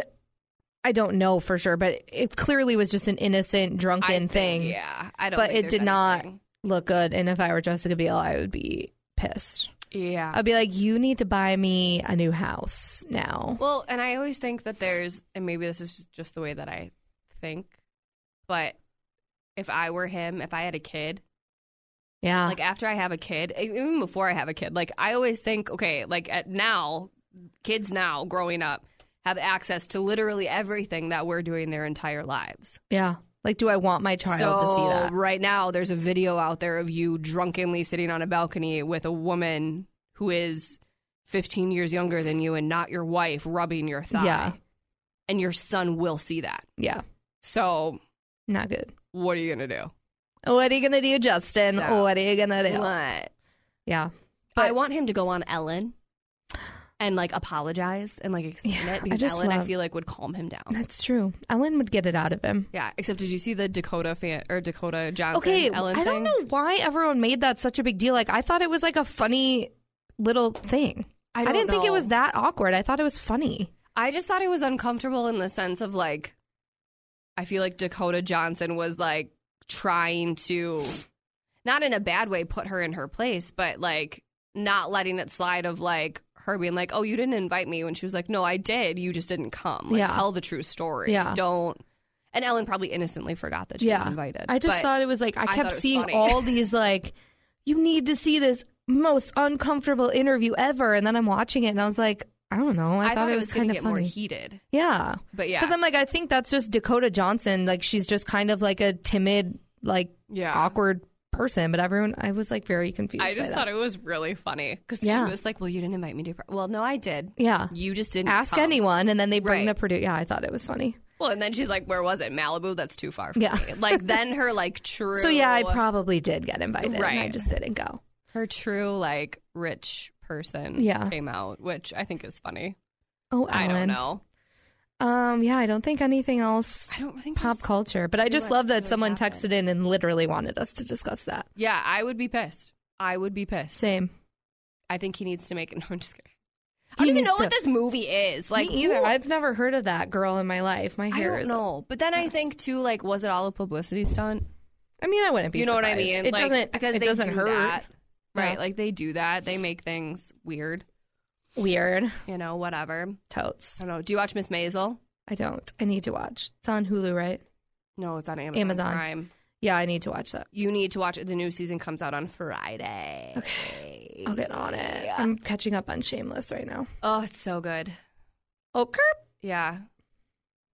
[SPEAKER 3] I don't know for sure, but it clearly was just an innocent
[SPEAKER 4] I
[SPEAKER 3] drunken
[SPEAKER 4] think-
[SPEAKER 3] thing.
[SPEAKER 4] Yeah, I don't.
[SPEAKER 3] But
[SPEAKER 4] think
[SPEAKER 3] it
[SPEAKER 4] there's
[SPEAKER 3] did not
[SPEAKER 4] anything.
[SPEAKER 3] Look good, and if I were Jessica Biel, I would be pissed.
[SPEAKER 4] Yeah,
[SPEAKER 3] I'd be like, "You need to buy me a new house now."
[SPEAKER 4] Well, and I always think that there's, and maybe this is just the way that I think, but if I were him, if I had a kid,
[SPEAKER 3] Yeah,
[SPEAKER 4] like after I have a kid, e- even before I have a kid, like I always think, okay, like at now, kids now growing up have access to literally everything that we're doing their entire lives.
[SPEAKER 3] yeah. Like, do I want my child to see
[SPEAKER 4] So
[SPEAKER 3] that?
[SPEAKER 4] right now, there's a video out there of you drunkenly sitting on a balcony with a woman who is 15 years younger than you and not your wife rubbing your thigh
[SPEAKER 3] Yeah,
[SPEAKER 4] and your son will see that.
[SPEAKER 3] yeah,
[SPEAKER 4] So
[SPEAKER 3] not good.
[SPEAKER 4] what are you gonna do?
[SPEAKER 3] What are you gonna do, Justin?
[SPEAKER 4] Yeah.
[SPEAKER 3] What are you gonna do?
[SPEAKER 4] What?
[SPEAKER 3] Yeah,
[SPEAKER 4] I want him to go on Ellen and like apologize and like explain
[SPEAKER 3] Yeah,
[SPEAKER 4] it
[SPEAKER 3] I
[SPEAKER 4] because
[SPEAKER 3] just
[SPEAKER 4] Ellen I
[SPEAKER 3] love-
[SPEAKER 4] feel like would calm him down.
[SPEAKER 3] that's true. Ellen would get it out of him.
[SPEAKER 4] Yeah. Except did you see the Dakota fan or Dakota Johnson
[SPEAKER 3] okay
[SPEAKER 4] Ellen
[SPEAKER 3] i
[SPEAKER 4] thing?
[SPEAKER 3] don't know why everyone made that such a big deal like i thought it was like a funny little thing
[SPEAKER 4] I don't
[SPEAKER 3] didn't think it
[SPEAKER 4] know.
[SPEAKER 3] was that awkward i thought it was funny
[SPEAKER 4] I just thought it was uncomfortable in the sense of like I feel like Dakota Johnson was like trying to not in a bad way put her in her place, but like not letting it slide of like her being like, "Oh, you didn't invite me," when she was like, "No, I did. You just didn't come. Like,
[SPEAKER 3] Yeah.
[SPEAKER 4] tell the true story.
[SPEAKER 3] Yeah.
[SPEAKER 4] Don't." And Ellen probably innocently forgot that she
[SPEAKER 3] yeah
[SPEAKER 4] was invited.
[SPEAKER 3] i just
[SPEAKER 4] But
[SPEAKER 3] thought it was like i
[SPEAKER 4] thought
[SPEAKER 3] kept
[SPEAKER 4] it was
[SPEAKER 3] seeing
[SPEAKER 4] funny.
[SPEAKER 3] all these like you need to see this most uncomfortable interview ever and then i'm watching it and i was like i don't know i,
[SPEAKER 4] I thought it was,
[SPEAKER 3] kind
[SPEAKER 4] going to
[SPEAKER 3] of
[SPEAKER 4] get
[SPEAKER 3] funny
[SPEAKER 4] more heated.
[SPEAKER 3] yeah
[SPEAKER 4] But yeah,
[SPEAKER 3] because i'm like i think that's just dakota johnson like she's just kind of like a timid like
[SPEAKER 4] yeah.
[SPEAKER 3] awkward person but everyone i was like very confused
[SPEAKER 4] I just
[SPEAKER 3] by
[SPEAKER 4] thought
[SPEAKER 3] that.
[SPEAKER 4] it was really funny because
[SPEAKER 3] Yeah.
[SPEAKER 4] she was like, "Well, you didn't invite me to." Well, no, I did.
[SPEAKER 3] yeah
[SPEAKER 4] You just didn't
[SPEAKER 3] ask
[SPEAKER 4] come.
[SPEAKER 3] anyone and then they bring
[SPEAKER 4] Right.
[SPEAKER 3] the Purdue. Yeah, I thought it was funny.
[SPEAKER 4] Well, and then she's like, "Where was it? Malibu? That's too far." From
[SPEAKER 3] Yeah.
[SPEAKER 4] me. like then her like true.
[SPEAKER 3] So yeah, I probably did get invited. and I
[SPEAKER 4] Right.
[SPEAKER 3] just didn't go.
[SPEAKER 4] her true like rich person
[SPEAKER 3] Yeah.
[SPEAKER 4] came out, which I think is funny.
[SPEAKER 3] Oh,
[SPEAKER 4] I
[SPEAKER 3] Ellen.
[SPEAKER 4] don't know.
[SPEAKER 3] Um, yeah, I don't think anything else
[SPEAKER 4] I don't think
[SPEAKER 3] pop
[SPEAKER 4] there's-
[SPEAKER 3] culture, but I
[SPEAKER 4] too
[SPEAKER 3] just
[SPEAKER 4] much
[SPEAKER 3] love that
[SPEAKER 4] really
[SPEAKER 3] someone
[SPEAKER 4] happened.
[SPEAKER 3] texted in and literally wanted us to discuss that.
[SPEAKER 4] Yeah, I would be pissed. I would be pissed.
[SPEAKER 3] Same.
[SPEAKER 4] I think he needs to make it. No, I'm just kidding. I
[SPEAKER 3] He
[SPEAKER 4] don't even
[SPEAKER 3] needs
[SPEAKER 4] know
[SPEAKER 3] to-
[SPEAKER 4] what this movie is. Like
[SPEAKER 3] Like Me either.
[SPEAKER 4] who-
[SPEAKER 3] I've never heard of that girl in my life. My
[SPEAKER 4] I
[SPEAKER 3] hair
[SPEAKER 4] don't
[SPEAKER 3] is.
[SPEAKER 4] know. But then I
[SPEAKER 3] mess.
[SPEAKER 4] think too, like, was it all a publicity stunt?
[SPEAKER 3] I mean, I wouldn't be.
[SPEAKER 4] you know what I
[SPEAKER 3] surprised.
[SPEAKER 4] mean?
[SPEAKER 3] It
[SPEAKER 4] Like,
[SPEAKER 3] doesn't.
[SPEAKER 4] because
[SPEAKER 3] it
[SPEAKER 4] they
[SPEAKER 3] doesn't
[SPEAKER 4] do
[SPEAKER 3] hurt.
[SPEAKER 4] that, right?
[SPEAKER 3] Yeah.
[SPEAKER 4] Like they do that. They make things weird.
[SPEAKER 3] Weird.
[SPEAKER 4] You know, whatever. I
[SPEAKER 3] Totes.
[SPEAKER 4] don't know. Do you watch Miss Maisel?
[SPEAKER 3] I don't. I need to watch. It's on Hulu, right?
[SPEAKER 4] No, it's on Amazon,
[SPEAKER 3] Amazon.
[SPEAKER 4] Prime.
[SPEAKER 3] Yeah, I need to watch that.
[SPEAKER 4] You need to watch it. The new season comes out on Friday. Okay.
[SPEAKER 3] I'll get on it. I'm catching up on Shameless right now.
[SPEAKER 4] Oh, it's so good.
[SPEAKER 3] Okay.
[SPEAKER 4] Yeah.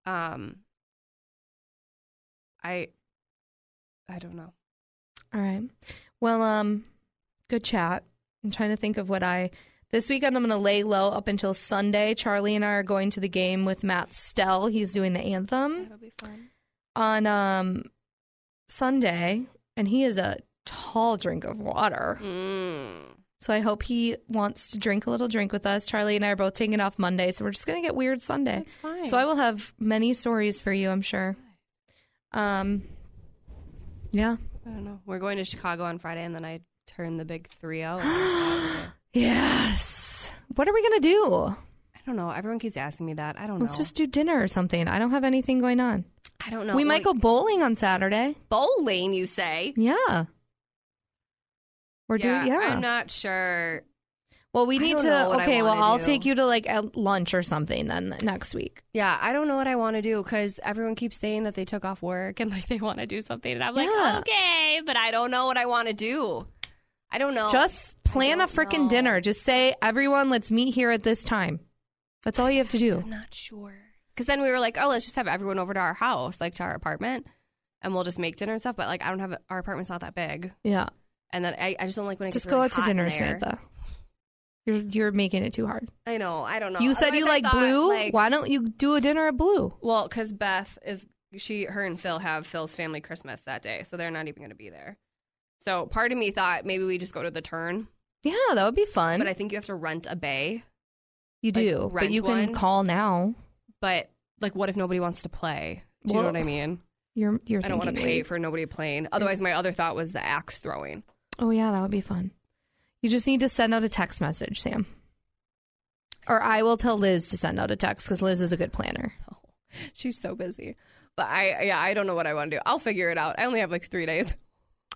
[SPEAKER 4] Um I I don't know.
[SPEAKER 3] All right. Well, um, good chat. I'm trying to think of what I this weekend. I'm going to lay low up until Sunday. Charlie and I are going to the game with Matt Stell. He's doing the anthem
[SPEAKER 4] That'll be fun.
[SPEAKER 3] on um Sunday, and he is a tall drink of water.
[SPEAKER 4] Mm.
[SPEAKER 3] So I hope he wants to drink a little drink with us. Charlie and I are both taking off Monday, so we're just going to get weird Sunday.
[SPEAKER 4] That's fine.
[SPEAKER 3] So I will have many stories for you, I'm sure. Um, yeah,
[SPEAKER 4] I don't know. We're going to Chicago on Friday and then I turn the big 3 0. I
[SPEAKER 3] yes. What are we going to do?
[SPEAKER 4] don't know. Everyone keeps asking me that. I don't know.
[SPEAKER 3] Let's just do dinner or something. I don't have anything going on.
[SPEAKER 4] I don't know.
[SPEAKER 3] we might go bowling on Saturday.
[SPEAKER 4] bowling. You say?
[SPEAKER 3] Yeah. We're doing yeah.
[SPEAKER 4] I'm not sure.
[SPEAKER 3] well, we
[SPEAKER 4] I
[SPEAKER 3] need
[SPEAKER 4] don't know
[SPEAKER 3] to
[SPEAKER 4] what I
[SPEAKER 3] okay. Well,
[SPEAKER 4] wanna
[SPEAKER 3] I'll
[SPEAKER 4] do.
[SPEAKER 3] take you to like a lunch or something then the- next week.
[SPEAKER 4] Yeah, I don't know what I want to do because everyone keeps saying that they took off work and like they want to do something, and I'm like,
[SPEAKER 3] Yeah.
[SPEAKER 4] okay, but I don't know what I want to do. I don't know.
[SPEAKER 3] Just plan a
[SPEAKER 4] Oh, don't
[SPEAKER 3] freaking
[SPEAKER 4] know.
[SPEAKER 3] dinner. Just say everyone, let's meet here at this time. That's all you have to do.
[SPEAKER 4] I'm not sure. Because then we were like, oh, let's just have everyone over to our house, like to our apartment, and we'll just make dinner and stuff. But like, I don't have our apartment's not that big,
[SPEAKER 3] Yeah.
[SPEAKER 4] and then I, I just don't like when it
[SPEAKER 3] Just
[SPEAKER 4] gets
[SPEAKER 3] go
[SPEAKER 4] really
[SPEAKER 3] out to
[SPEAKER 4] hot in
[SPEAKER 3] dinner,
[SPEAKER 4] there.
[SPEAKER 3] Samantha. You're you're making it too hard.
[SPEAKER 4] I know. I don't know.
[SPEAKER 3] you said you
[SPEAKER 4] Otherwise, I
[SPEAKER 3] like
[SPEAKER 4] thought,
[SPEAKER 3] blue.
[SPEAKER 4] like-
[SPEAKER 3] Why don't you do a dinner at blue?
[SPEAKER 4] Well, because Beth is she, her and Phil have Phil's family Christmas that day, so they're not even going to be there. So part of me thought maybe we just go to the turn,
[SPEAKER 3] Yeah, that would be fun.
[SPEAKER 4] but I think you have to rent a bay.
[SPEAKER 3] you
[SPEAKER 4] like,
[SPEAKER 3] do, but
[SPEAKER 4] rent
[SPEAKER 3] you can
[SPEAKER 4] one.
[SPEAKER 3] call now.
[SPEAKER 4] But like, what if nobody wants to play? Do you
[SPEAKER 3] Well,
[SPEAKER 4] know what I mean?
[SPEAKER 3] You're you're
[SPEAKER 4] I don't want to
[SPEAKER 3] thinking
[SPEAKER 4] pay
[SPEAKER 3] way-
[SPEAKER 4] for nobody playing. Otherwise, my other thought was the axe throwing.
[SPEAKER 3] Oh yeah, that would be fun. You just need to send out a text message, Sam. Or I will tell Liz to send out a text because Liz is a good planner.
[SPEAKER 4] She's so busy. But I, yeah, I don't know what I want to do. I'll figure it out. I only have like three days.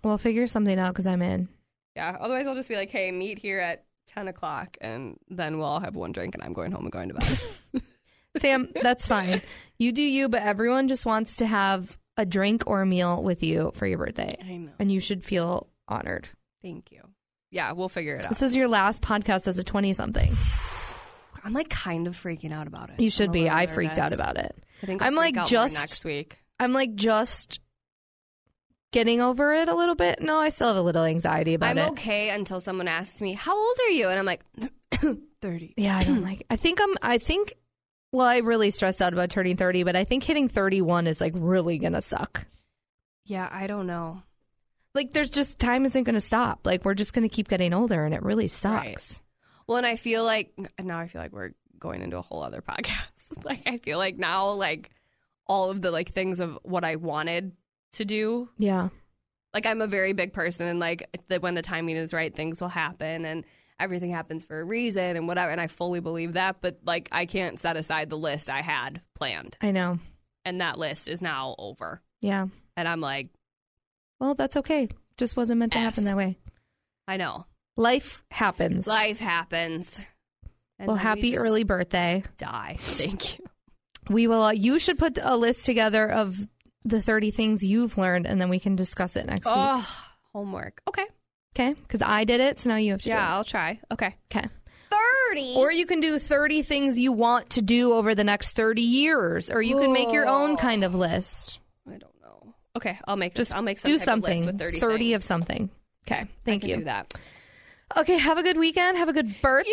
[SPEAKER 3] We'll figure something out because I'm in.
[SPEAKER 4] Yeah. Otherwise, I'll just be like, hey, meet here at 10 o'clock, and then we'll all have one drink, and I'm going home and going to bed.
[SPEAKER 3] Sam, that's fine. You do you, but everyone just wants to have a drink or a meal with you for your birthday,
[SPEAKER 4] I know.
[SPEAKER 3] and you should feel honored.
[SPEAKER 4] Thank you. Yeah, we'll figure it out.
[SPEAKER 3] This is your last podcast as a 20 something.
[SPEAKER 4] I'm like kind of freaking out about it.
[SPEAKER 3] You should
[SPEAKER 4] Oh, I'm a
[SPEAKER 3] be.
[SPEAKER 4] little
[SPEAKER 3] I freaked
[SPEAKER 4] nervous.
[SPEAKER 3] out about it.
[SPEAKER 4] I think
[SPEAKER 3] I'm,
[SPEAKER 4] I'm
[SPEAKER 3] like,
[SPEAKER 4] like
[SPEAKER 3] just-
[SPEAKER 4] next week.
[SPEAKER 3] I'm like just getting over it a little bit. No, I still have a little anxiety about
[SPEAKER 4] I'm
[SPEAKER 3] it.
[SPEAKER 4] okay until someone asks me, "How old are you?" and I'm like, "30."
[SPEAKER 3] Yeah, I don't like. I think I'm. I think. Well, I really stressed out about turning 30, but I think hitting 31 is like really gonna suck.
[SPEAKER 4] Yeah, I don't know.
[SPEAKER 3] Like, there's just time isn't gonna stop. Like, we're just gonna keep getting older, and it really sucks.
[SPEAKER 4] Well, and I feel like now I feel like we're going into a whole other podcast. like I feel like now like all of the like things of what I wanted to do.
[SPEAKER 3] Yeah.
[SPEAKER 4] Like I'm a very big person and like the, when the timing is right things will happen and everything happens for a reason and whatever and I fully believe that, but like I can't set aside the list I had planned.
[SPEAKER 3] I know.
[SPEAKER 4] And that list is now over.
[SPEAKER 3] Yeah.
[SPEAKER 4] And I'm like,
[SPEAKER 3] Well, that's okay. Just wasn't meant to
[SPEAKER 4] F.
[SPEAKER 3] happen that way.
[SPEAKER 4] I know.
[SPEAKER 3] Life happens.
[SPEAKER 4] Life happens. And
[SPEAKER 3] well,
[SPEAKER 4] then we
[SPEAKER 3] happy
[SPEAKER 4] just
[SPEAKER 3] early birthday.
[SPEAKER 4] die. Thank you.
[SPEAKER 3] We will. Uh, you should put a list together of the 30 things you've learned, and then we can discuss it next week.
[SPEAKER 4] Oh, homework. Okay.
[SPEAKER 3] Okay. Because I did it, so now you have to
[SPEAKER 4] Yeah, I'll try. Okay.
[SPEAKER 3] do it. Okay.
[SPEAKER 4] 30.
[SPEAKER 3] Or you can do 30 things you want to do over the next 30 years, or you can make your own kind of list.
[SPEAKER 4] I don't know. Okay, I'll make
[SPEAKER 3] Just
[SPEAKER 4] I'll make some
[SPEAKER 3] do
[SPEAKER 4] type of list
[SPEAKER 3] something.
[SPEAKER 4] with 30 things.
[SPEAKER 3] of something. Okay. Thank
[SPEAKER 4] I can
[SPEAKER 3] you.
[SPEAKER 4] do that.
[SPEAKER 3] Okay. Have a good weekend. Have a good birthday.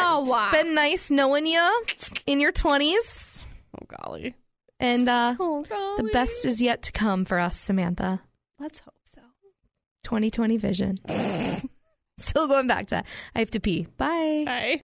[SPEAKER 4] Wow.
[SPEAKER 3] Been nice knowing you in your 20s.
[SPEAKER 4] oh golly.
[SPEAKER 3] And uh,
[SPEAKER 4] Oh golly.
[SPEAKER 3] the best is yet to come for us, Samantha.
[SPEAKER 4] Let's hope so.
[SPEAKER 3] 2020 vision. Still going back to that. I have to pee. Bye.
[SPEAKER 4] Bye.